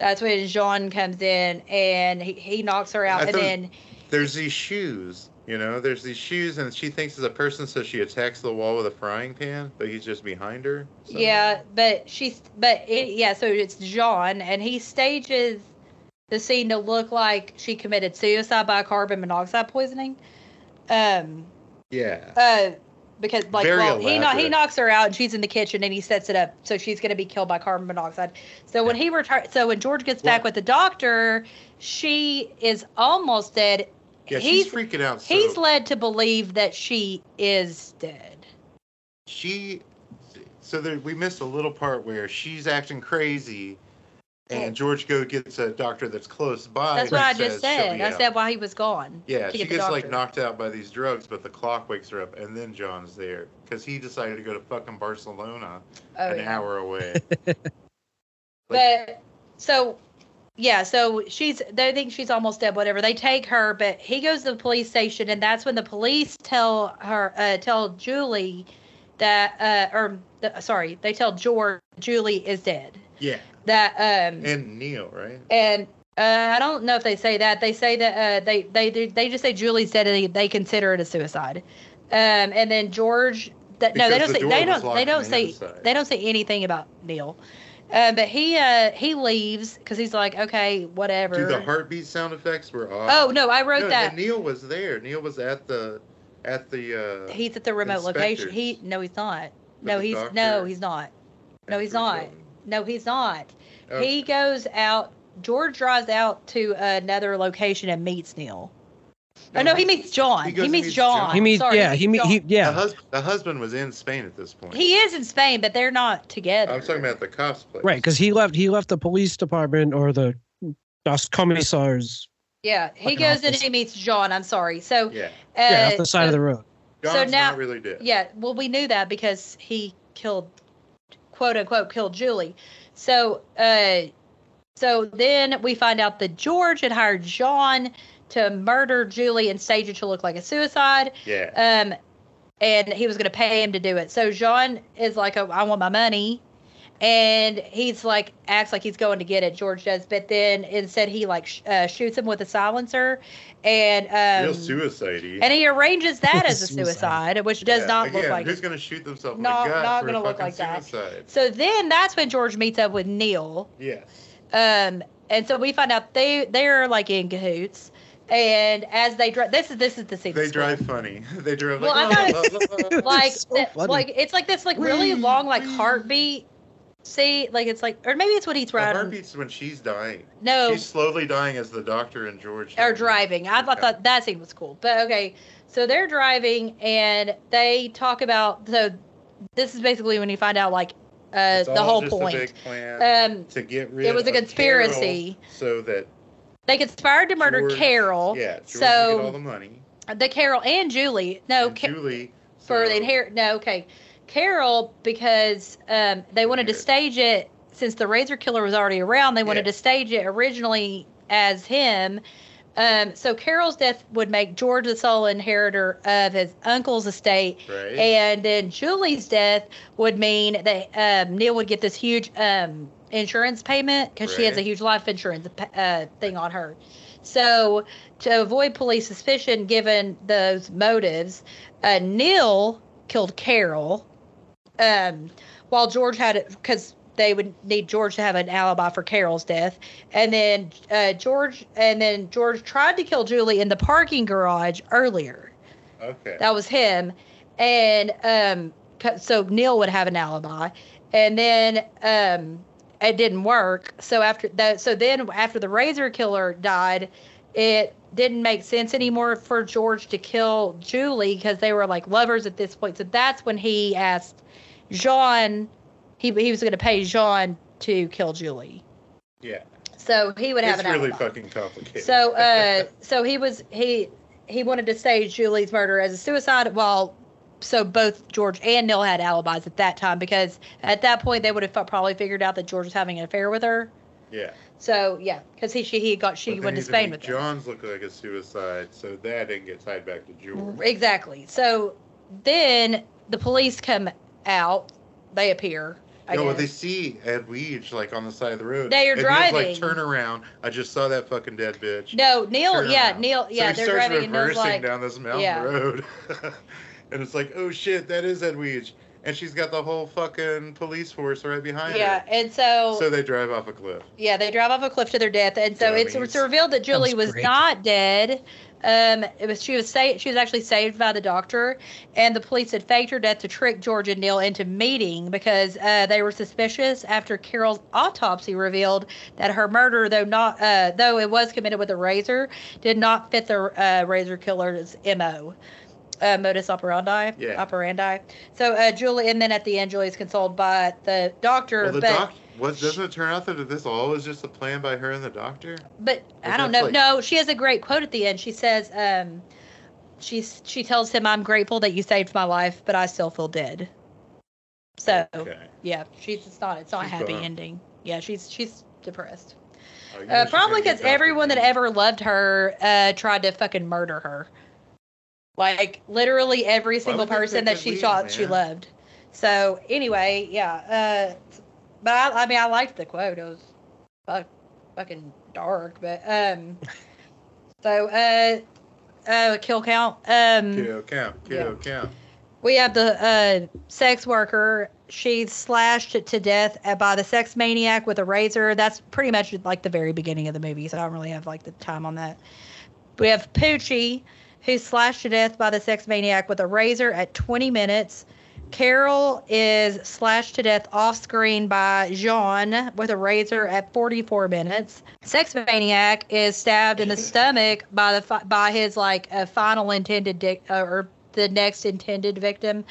A: that's when Jean comes in and he, he knocks her out,
B: I
A: and
B: thought-
A: then
B: There's these shoes, you know. There's these shoes, and she thinks it's a person, so she attacks the wall with a frying pan, but he's just behind her. so-
A: Yeah, but she's but it, yeah, so it's John and he stages the scene to look like she committed suicide by carbon monoxide poisoning. Um
B: Yeah.
A: uh because like
B: Very
A: well, he kno- he
B: elaborate.
A: knocks her out and she's in the kitchen and he sets it up so she's going to be killed by carbon monoxide. So when he returns so when George gets back
B: Well-
A: with the doctor, she is almost dead.
B: Yeah,
A: he's
B: she's freaking out. So
A: he's led to believe that she is dead.
B: she. So there, we missed a little part where she's acting crazy, and George Go gets a doctor that's close by.
A: Oh. That's
B: who
A: what I just
B: says she'll
A: said.
B: be
A: I
B: out.
A: said while he was gone.
B: Yeah,
A: to
B: she
A: get the
B: gets like
A: doctor.
B: knocked out by these drugs, but the clock wakes her up, and then John's there because he decided to go to fucking Barcelona,
A: Oh,
B: an
A: yeah.
B: hour away. Like-
A: But so, yeah, so she's they think she's almost dead. Whatever they take her, but he goes to the police station, and that's when the police tell her, uh, tell Julie that, uh, or the, sorry, they tell George Julie is dead.
B: yeah,
A: That um and,
B: and Neil, right?
A: uh, I don't know if they say that. They say that uh, they they do- they just say Julie's dead, and they, they consider it a suicide. Um, and then George. That, no, they
B: Because
A: don't
B: the
A: say.
B: door
A: They
B: was
A: don't.
B: locked
A: They
B: on
A: don't
B: the
A: say.
B: inside.
A: They don't say anything about Neil. Uh, but he uh, he leaves because he's like, okay, whatever.
B: Dude, the heartbeat sound effects were off.
A: oh no, I wrote
B: no,
A: that.
B: and Neil was there. Neil was at the, at the. Uh,
A: he's at the remote location.
B: inspectors.
A: He no, he's not.
B: With
A: No,
B: the
A: he's
B: doctor
A: no, he's not. No,
B: at
A: he's
B: George
A: not.
B: Hilton.
A: No, he's not.
B: Oh,
A: He goes out. George drives out to another location and meets Neil. Oh no, he meets John.
B: He
A: He,
B: goes and
A: meets
B: meets
A: John.
B: John.
D: He means
A: Sorry,
D: yeah. He mean
A: meets
D: he
A: John.
B: The,
D: yeah.
B: hus- the husband was in Spain at this point.
A: He is in Spain, but they're not together.
B: I was talking about the cops place.
D: Right, because he left. He left the police department or the das Kommissars.
A: Yeah, he
D: Fucking
A: goes in and
D: awful.
A: he meets John. I'm sorry. So uh,
B: Yeah.
D: yeah, off the side of the road.
A: So
B: John's
A: now-
B: not really dead.
A: Yeah, well, we knew that because he killed, quote unquote, killed Julie. So, uh, so then we find out that George had hired John to murder Julie and stage it to look like a suicide.
B: Yeah.
A: Um, and he was going to pay him to do it. So John is like, oh, I want my money. And he's like, acts like he's going to get it. George does. But then instead, he like sh- uh, shoots him with a silencer. And, um,
B: Real suicide-y.
A: and he arranges that as a
D: Suicide.
A: suicide, which does
B: Yeah,
A: not
B: again,
A: look like
B: who's
A: it.
B: going to shoot themselves
A: Not-
B: in the gut
A: not
B: for
A: gonna
B: a
A: look
B: fucking
A: like that.
B: suicide?
A: So then that's when George meets up with Neil.
B: Yes.
A: Um, and so we find out they they're like in cahoots. And as they drive, this is this is the scene.
B: They
A: that's
B: drive funny. They drive
A: Well,
B: like,
A: I
B: "Oh, la, la, la, la."
A: like
D: It's so
A: th-
D: funny.
A: like it's like this like really long like heartbeat. See, like it's like or maybe it's when he's
B: The
A: riding.
B: heartbeats when she's dying.
A: No,
B: She's slowly dying as the doctor and George
A: or driving. I thought that that scene was cool. But okay, so they're driving and they talk about so this is basically when you find out like uh,
B: It's
A: the
B: all
A: whole
B: just a
A: point.
B: big plan
A: um,
B: to get rid.
A: it was a
B: of Carol
A: conspiracy.
B: so that
A: They conspired to murder
B: George-
A: Carol.
B: yeah, George so get all
A: so
B: the money.
A: the, Carol and Julie. No,
B: and
A: Ca-
B: Julie
A: for
B: so-
A: the inherit. No, okay. Carol because um, they wanted to
B: Inherit.
A: stage it since the Razor Killer was already around. They wanted
B: Yeah.
A: to stage it originally as him. Um, so Carol's death would make George the sole inheritor of his uncle's estate,
B: Right.
A: and then Julie's death would mean that um, Neil would get this huge um, insurance payment because she has a
B: Right.
A: huge life insurance uh, thing on her. So to avoid police suspicion, given those motives, uh, Neil killed Carol, um, while George had it because they would need George to have an alibi for Carol's death, and then uh, George and then George tried to kill Julie in the parking garage earlier.
B: okay.
A: That was him. And um, c- so Neil would have an alibi. And then um, it didn't work. So after that, so then after the Razor Killer died, it didn't make sense anymore for George to kill Julie because they were like lovers at this point. So that's when he asked Jean. He he was going to pay Jean to kill Julie.
B: yeah.
A: So he would have
B: It's
A: an
B: really
A: alibi.
B: fucking complicated.
A: So uh so he was he he wanted to stage Julie's murder as a suicide while so both George and Neil had alibis at that time because at that point they would have probably figured out that George was having an affair with her.
B: yeah.
A: So yeah, because he she he got
B: But
A: she
B: they
A: went to
B: need
A: Spain
B: make
A: with him.
B: John's look like a suicide, so that didn't get tied back to George.
A: Exactly. So then the police come out. They appear. I
B: No, well, they
A: guess.
B: see Ed Weege like on the side of the road.
A: They are
B: and
A: driving.
B: He's like, turn around. I just saw that fucking dead bitch.
A: no, Neil.
B: Turn
A: Yeah,
B: around."
A: Neil.
B: So
A: Yeah,
B: he
A: they're
B: starts
A: driving and Neil's
B: reversing
A: like,
B: down this mountain
A: yeah.
B: road, and it's like, oh shit, that is Ed Weege, and she's got the whole fucking police force right behind
A: yeah, Oh.
B: her.
A: and
B: So they drive off a cliff.
A: Yeah, they drive off a cliff to their death, and so it's,
B: Dummies.
A: it's revealed that Julie
D: Sounds
A: was
D: great.
A: not dead. Um, it was she was saved. She was actually saved by the doctor, and the police had faked her death to trick George and Neil into meeting because uh, they were suspicious after Carol's autopsy revealed that her murder, though not uh, though it was committed with a razor, did not fit the uh, razor killer's mo. Uh, modus operandi.
B: Yeah.
A: Operandi. So uh, Julie, and then at the end, Julie's consoled by the doctor.
B: Well, the
A: but
B: doc, what doesn't it turn out that this all was just a plan by her and the doctor?
A: But
B: Like,
A: I don't know.
B: that's
A: no, she has a great quote at the end. She says, um, she's she tells him, "I'm grateful that you saved my life, but I still feel dead." So uh,
B: Okay. Oh,
A: yeah, she's it's not it's not
B: She's
A: a happy
B: bummed.
A: ending. Yeah, she's she's depressed.
B: Oh, you know
A: Uh,
B: she's
A: probably
B: gonna get
A: because everyone that
B: doctor.
A: ever loved her uh, tried to fucking murder her. Like literally every single
B: would they
A: person
B: think
A: that
B: that
A: she
B: we-
A: thought she
B: man?
A: loved. So anyway, yeah. Uh, but I, I mean, I liked the quote. It was fuck, fucking dark, but um. So uh, uh, kill count. Um,
B: Kiddo count, kiddo count.
A: we have the uh, sex worker. She's slashed to death uh, by the sex maniac with a razor. That's pretty much like the very beginning of the movie, so I don't really have like the time on that. We have Poochie, who's slashed to death by the sex maniac with a razor at 20 minutes. Carol is slashed to death off screen by Jean with a razor at 44 minutes. Sex maniac is stabbed in the stomach by the fi- by his like uh, final intended dic- uh, or the next intended victim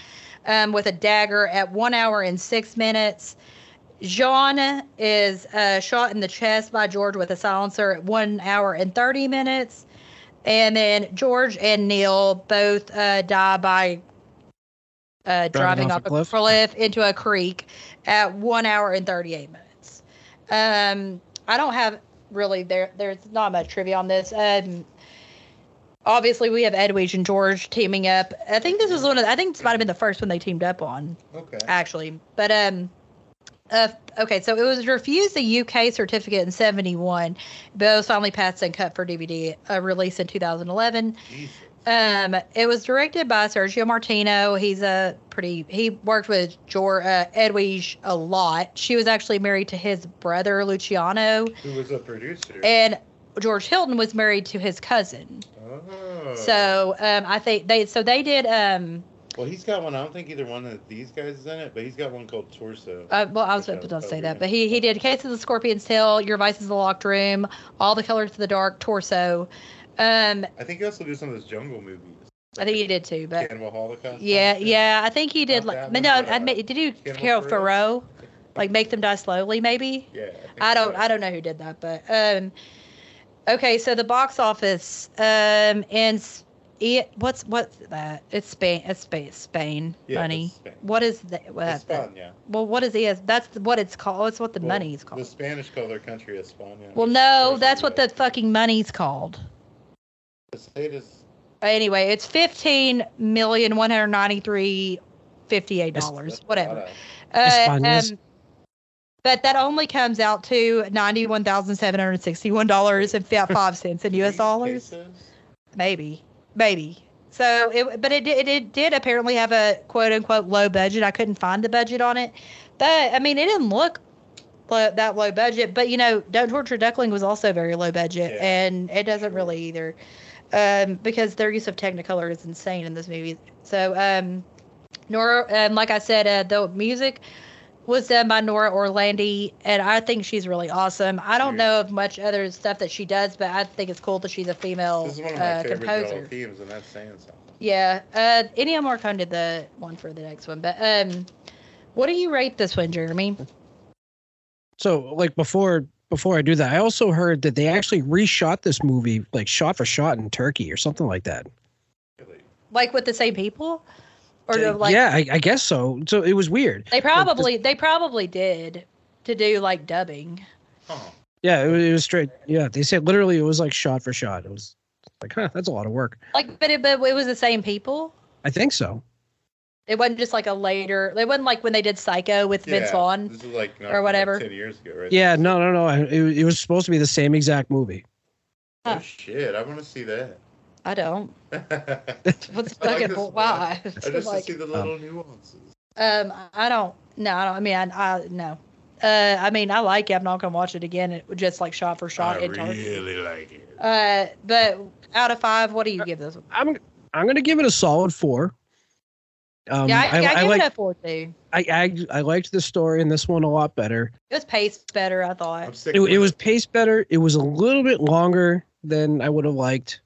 A: um, with a dagger at one hour and six minutes. Jean is uh, shot in the chest by George with a silencer at one hour and 30 minutes. And then George and Neil both uh, die by uh, driving, off, a cliff. into a creek at one hour and 38 minutes. Um, I don't have really there. There's not much trivia on this. Um, obviously, we have Edwidge and George teaming up. I think this was one of. I think this might have been the first one they teamed up on
B: Okay.
A: actually. But um, uh, okay, so it was refused the UK certificate in '71, but it was finally passed and cut for DVD, uh, released in 2011.
B: Jesus.
A: Um, it was directed by Sergio Martino. He's a pretty. He worked with Jor uh, Edwige a lot. She was actually married to his brother Luciano,
B: Who was a producer?
A: and George Hilton was married to his cousin.
B: oh.
A: So um, I think they. So they did. Um,
B: Well, he's got one. I don't think either one of these guys is in it, but he's got one called Torso.
A: Uh, well, I was
B: Which I
A: about to
B: was
A: say that,
B: covering.
A: but he he did Case of the Scorpion's Tail, Your Vice is the Locked Room, All the Colors of the Dark, Torso. Um,
B: I think he also did some of those jungle movies.
A: I think he did too, but
B: Cannibal Holocaust.
A: uh, yeah,
B: and shit.
A: yeah, I think he did
B: Not
A: like
B: that
A: but
B: one,
A: no,
B: but,
A: I
B: uh,
A: admit, did you do
B: Cannibal
A: Carol
B: Feroz?
A: Thoreau, like Make Them Die Slowly, maybe?
B: Yeah. think
A: I don't
B: so.
A: I don't know who did that, but um, okay, so the box office um in S- E what's what's that? It's Spain, it's Spain, Spain
B: Yeah,
A: money.
B: it's Spain.
A: What is that? What,
B: España.
A: well, what is ES? That's what it's called. It's what the
B: Well,
A: money is called.
B: The Spanish call their country España.
A: Well, no,
B: Or
A: that's what
B: Cuba.
A: the fucking money's called.
B: The state is.
A: Anyway, it's fifteen million one hundred ninety-three fifty-eight
B: that's
A: dollars,
B: a
A: whatever.
B: lot of-
A: Uh,
D: Españolas.
A: um, but that only comes out to ninety-one thousand seven hundred sixty-one dollars and five cents in U.S.
B: these
A: dollars,
B: cases?
A: maybe, maybe. So, it, but it, did- it did apparently have a quote-unquote low budget. I couldn't find the budget on it, but I mean, it didn't look lo- that low budget. But you know, Don't Torture Duckling was also very low budget,
B: Yeah,
A: and it doesn't
B: sure.
A: really either, um, because their use of Technicolor is insane in this movie. So, um, Nora, um, like I said, uh, the music was done by Nora Orlandi, and I think she's really awesome. I don't
B: Mhm.
A: know of much other stuff that she does, but I think it's cool that she's a female
B: This is one of my
A: uh,
B: favorite
A: composer.
B: composer. themes, and that's saying something.
A: Yeah, uh, Ennio Morricone did the one for the next one, but um, what do you rate this one, Jeremy?
D: So like before before I do that, I also heard that they actually reshot this movie like shot for shot in Turkey or something like that.
B: Really.
A: like with the same people or do, like
D: Uh, yeah, I, I guess so. So it was weird.
A: they probably they probably did to do like dubbing
B: Huh.
D: Yeah, it was, it was straight. Yeah, they said literally it was like shot for shot. It was like, huh, that's a lot of work.
A: like but it, but it was the same people
D: I think so.
A: it wasn't just like a later it wasn't like when they did psycho with vince
B: Yeah,
A: vaughn
B: This is like not-
A: or
B: like
A: whatever.
B: Ten years ago, right?
D: Yeah, no, no, no. I- It, it was supposed to be the same exact movie.
B: Oh
A: Huh.
B: shit! I want to see that.
A: i don't
B: I
A: what's
B: I like
A: fucking
B: this
A: bull-
B: one.
A: why
B: just to
A: Like,
D: Oh.
B: see the little nuances.
A: um i don't no i don't i mean i, I no uh i mean i like it i'm not gonna watch it again it, just like shot for shot
B: I
A: in Turkey.
B: really like it.
A: uh but out of five what do you give this one
D: I'm I'm gonna give it a solid four. Um,
A: yeah i, I, give
D: like
A: it a four too
D: I, I I liked the story in this one a lot better.
A: it was paced better i thought
B: I'm sick.
D: It,
B: with
D: it was paced better. It was a little bit longer than I would have liked.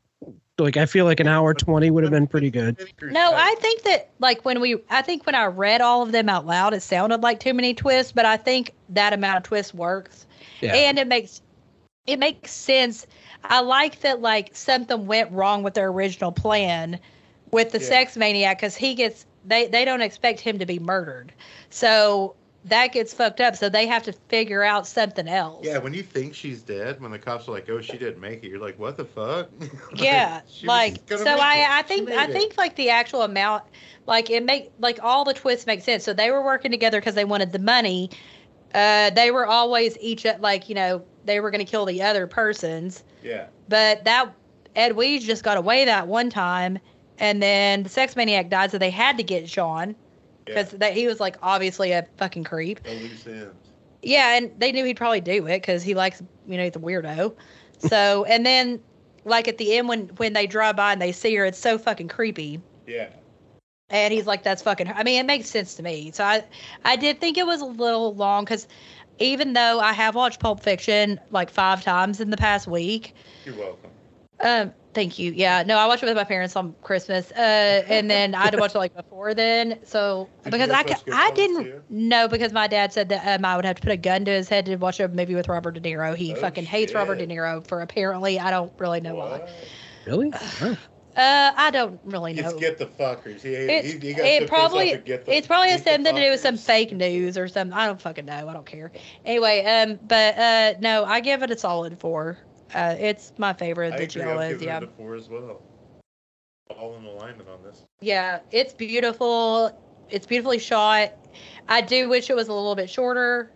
D: Like I feel like an hour twenty would have been pretty good.
A: No, I think that like when we, I think when I read all of them out loud, it sounded like too many twists, but I think that amount of twists works,
D: Yeah.
A: and it makes it makes sense. I like that like something went wrong with their original plan with the
B: Yeah.
A: sex maniac because he gets they they don't expect him to be murdered, so that gets fucked up. So they have to figure out something else.
B: Yeah, when you think she's dead, when the cops are like, "Oh, she didn't make it," you're like, "What the fuck?"
A: yeah
B: she was
A: like
B: gonna
A: so
B: make it.
A: i i
B: She
A: think
B: made
A: i
B: it.
A: think like the actual amount like it make like all the twists make sense so they were working together because they wanted the money uh they were always each at like you know they were going to kill the other persons
B: Yeah.
A: but that ed Weege just got away that one time and then the sex maniac died so they had to get sean
B: Yeah.
A: because that he was like obviously a fucking creep
B: A loose end.
A: yeah, and they knew he'd probably do it because he likes, you know, he's a weirdo. So, and then, like at the end when when they drive by and they see her, it's so fucking creepy.
B: Yeah.
A: And he's like, "That's fucking." Her. I mean, it makes sense to me. So I, I did think it was a little long because, even though I have watched Pulp Fiction like five times in the past week,
B: You're welcome.
A: um, thank you. Yeah, no, I watched it with my parents on Christmas, uh, and then I had to watch it like before then. So
B: Did
A: because
B: your
A: I, ca-
B: folks get
A: I
B: phones too?
A: didn't know because my dad said that um, I would have to put a gun to his head to watch a movie with Robert De Niro. He
B: Oh,
A: fucking hates Robert De
B: shit.
A: Niro for apparently I don't really know why.
B: What?
D: Really? Wow.
A: Uh, I don't really know.
B: It's get the fuckers. He,
A: It's-
B: he, he got
A: it
B: it
A: probably-
B: probably get the,
A: it's probably
B: get the
A: something to do with some
B: fuckers.
A: fake news or something. I don't fucking know. I don't care. Anyway, um, but uh, no, I give it a solid four. Uh, it's my favorite
B: I
A: that
B: agree.
A: y'all is.
B: I'm giving
A: Yeah,
B: it a four as well. All in alignment on this.
A: yeah, it's beautiful. It's beautifully shot. I do wish it was a little bit shorter.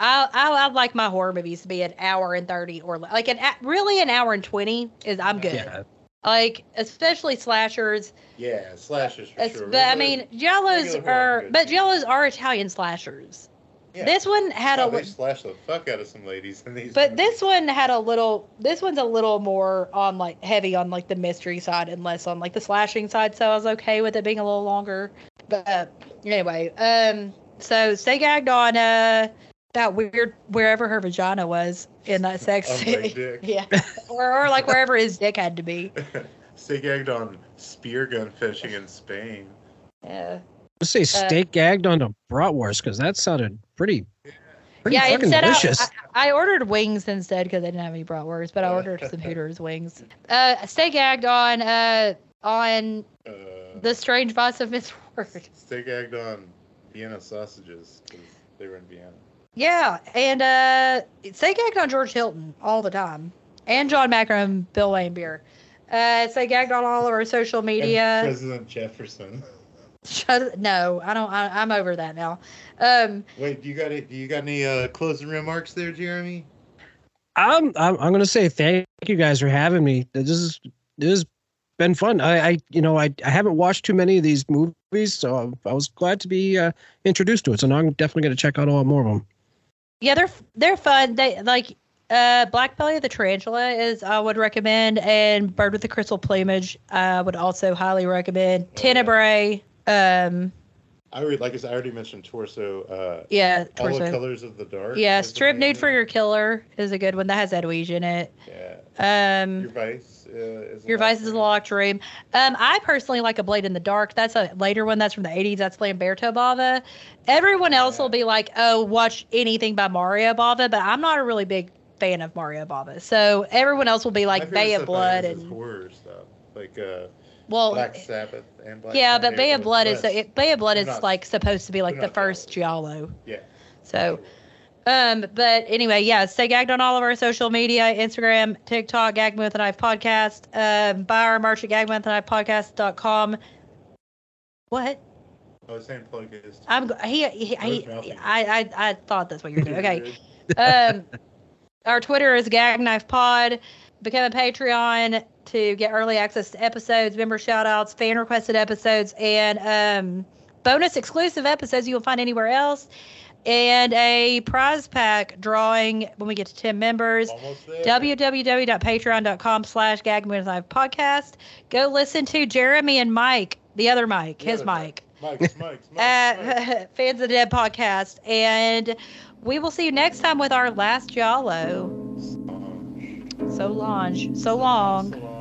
A: I I, I like my horror movies to be an hour and thirty or le- like an a- really an hour and twenty is I'm good.
D: Yeah.
A: Like especially slashers.
B: Yeah, slashes for
A: It's-
B: sure.
A: But I
B: Regular-
A: mean, Jellos
B: regular horror
A: are,
B: good.
A: but Jellos are Italian slashers.
B: Yeah.
A: This one had
B: oh,
A: a,
B: they
A: li-
B: slash the fuck out of some ladies in these.
A: but
B: movies.
A: this one had a little. This one's a little more on like heavy on like the mystery side and less on like the slashing side. So I was okay with it being a little longer. But uh, anyway, um, so stay gagged on uh that weird wherever her vagina was in that sex
B: On Big
A: scene.
B: Dick.
A: Yeah, or, or like wherever his dick had to be.
B: Stay gagged on spear gun fishing in Spain.
A: Yeah.
D: Let's say
A: Uh,
D: steak gagged onto bratwurst because that sounded pretty, pretty
A: yeah,
D: fucking
A: instead
D: delicious.
A: I, I ordered wings instead because I didn't have any bratwurst, but I ordered some Hooters wings. Uh, stay gagged on uh on
B: Uh,
A: the strange vice of Miss Ward.
B: stay gagged on Vienna sausages because they were in Vienna.
A: Yeah, and uh, stay gagged on George Hilton all the time, and John Macker and Bill Lambier. Uh, stay gagged on all of our social
B: And
A: media.
B: President Jefferson.
A: Shut, no, I don't. I, I'm over that now. Um,
B: Wait, do you got it? Do you got any uh, closing remarks there, Jeremy?
D: I'm, I'm I'm gonna say thank you guys for having me. This is this has been fun. I, I you know I, I haven't watched too many of these movies, so I, I was glad to be uh, introduced to it. So now I'm definitely gonna check out a lot more of them.
A: Yeah, they're they're fun. They like uh Black Belly of the Tarantula is I would recommend and Bird with the Crystal Plumage I would also highly
B: Oh,
A: recommend. Tenebrae, um
B: I already, like I said, I already mentioned torso. Uh,
A: yeah,
B: All the
A: Torso.
B: colors of the dark.
A: Yeah,
B: is the
A: Strip
B: name
A: Nude
B: of
A: for
B: it.
A: Your Killer is a good one that has Edwige in it.
B: Yeah. Your
A: Um
B: vice uh, is.
A: Your Vice is a Locked Room. Um I personally like A Blade in the Dark. That's a later one that's from the 80s. That's Lamberto Bava. Everyone else
B: Yeah.
A: will be like, "Oh, watch anything by Mario Bava," but I'm not a really big fan of Mario Bava. So everyone else will be like Bay of Blood and
B: horror stuff like uh,
A: Well,
B: Black Sabbath and Black.
A: yeah,
B: Sunday
A: but Bay
B: are
A: of
B: the
A: Blood is
B: best.
A: it, Bay of Blood
B: They're
A: is
B: not-
A: like supposed to be like
B: they're
A: the
B: not
A: first giallo.
B: Yeah.
A: So, um, but anyway, yeah, stay gagged on all of our social media: Instagram, TikTok, Gag Me with a Knife podcast. Um, buy our merch at gagwith a knife podcast.com. What?
B: I was saying Oh, plug is.
A: I'm go- he, he,
B: Where's
A: he
B: Ralphie?
A: I, I I thought that's what you were doing. Okay. um, our Twitter is Gag Knife Pod. Become a Patreon to get early access to episodes, member shout outs, fan requested episodes, and um, bonus exclusive episodes you will find anywhere else. And a prize pack drawing when we get to 10 members
B: Almost there.
A: www.patreon.com slash gagman's live podcast go listen to jeremy and mike the other mike
B: The
A: his
B: other
A: mike
B: Mike. Mike's, Mike's, Mike's, Mike's.
A: at Fans of the Dead podcast. And we will see you next time with our last Jalo.
B: Um,
A: So long. So long.
B: so long.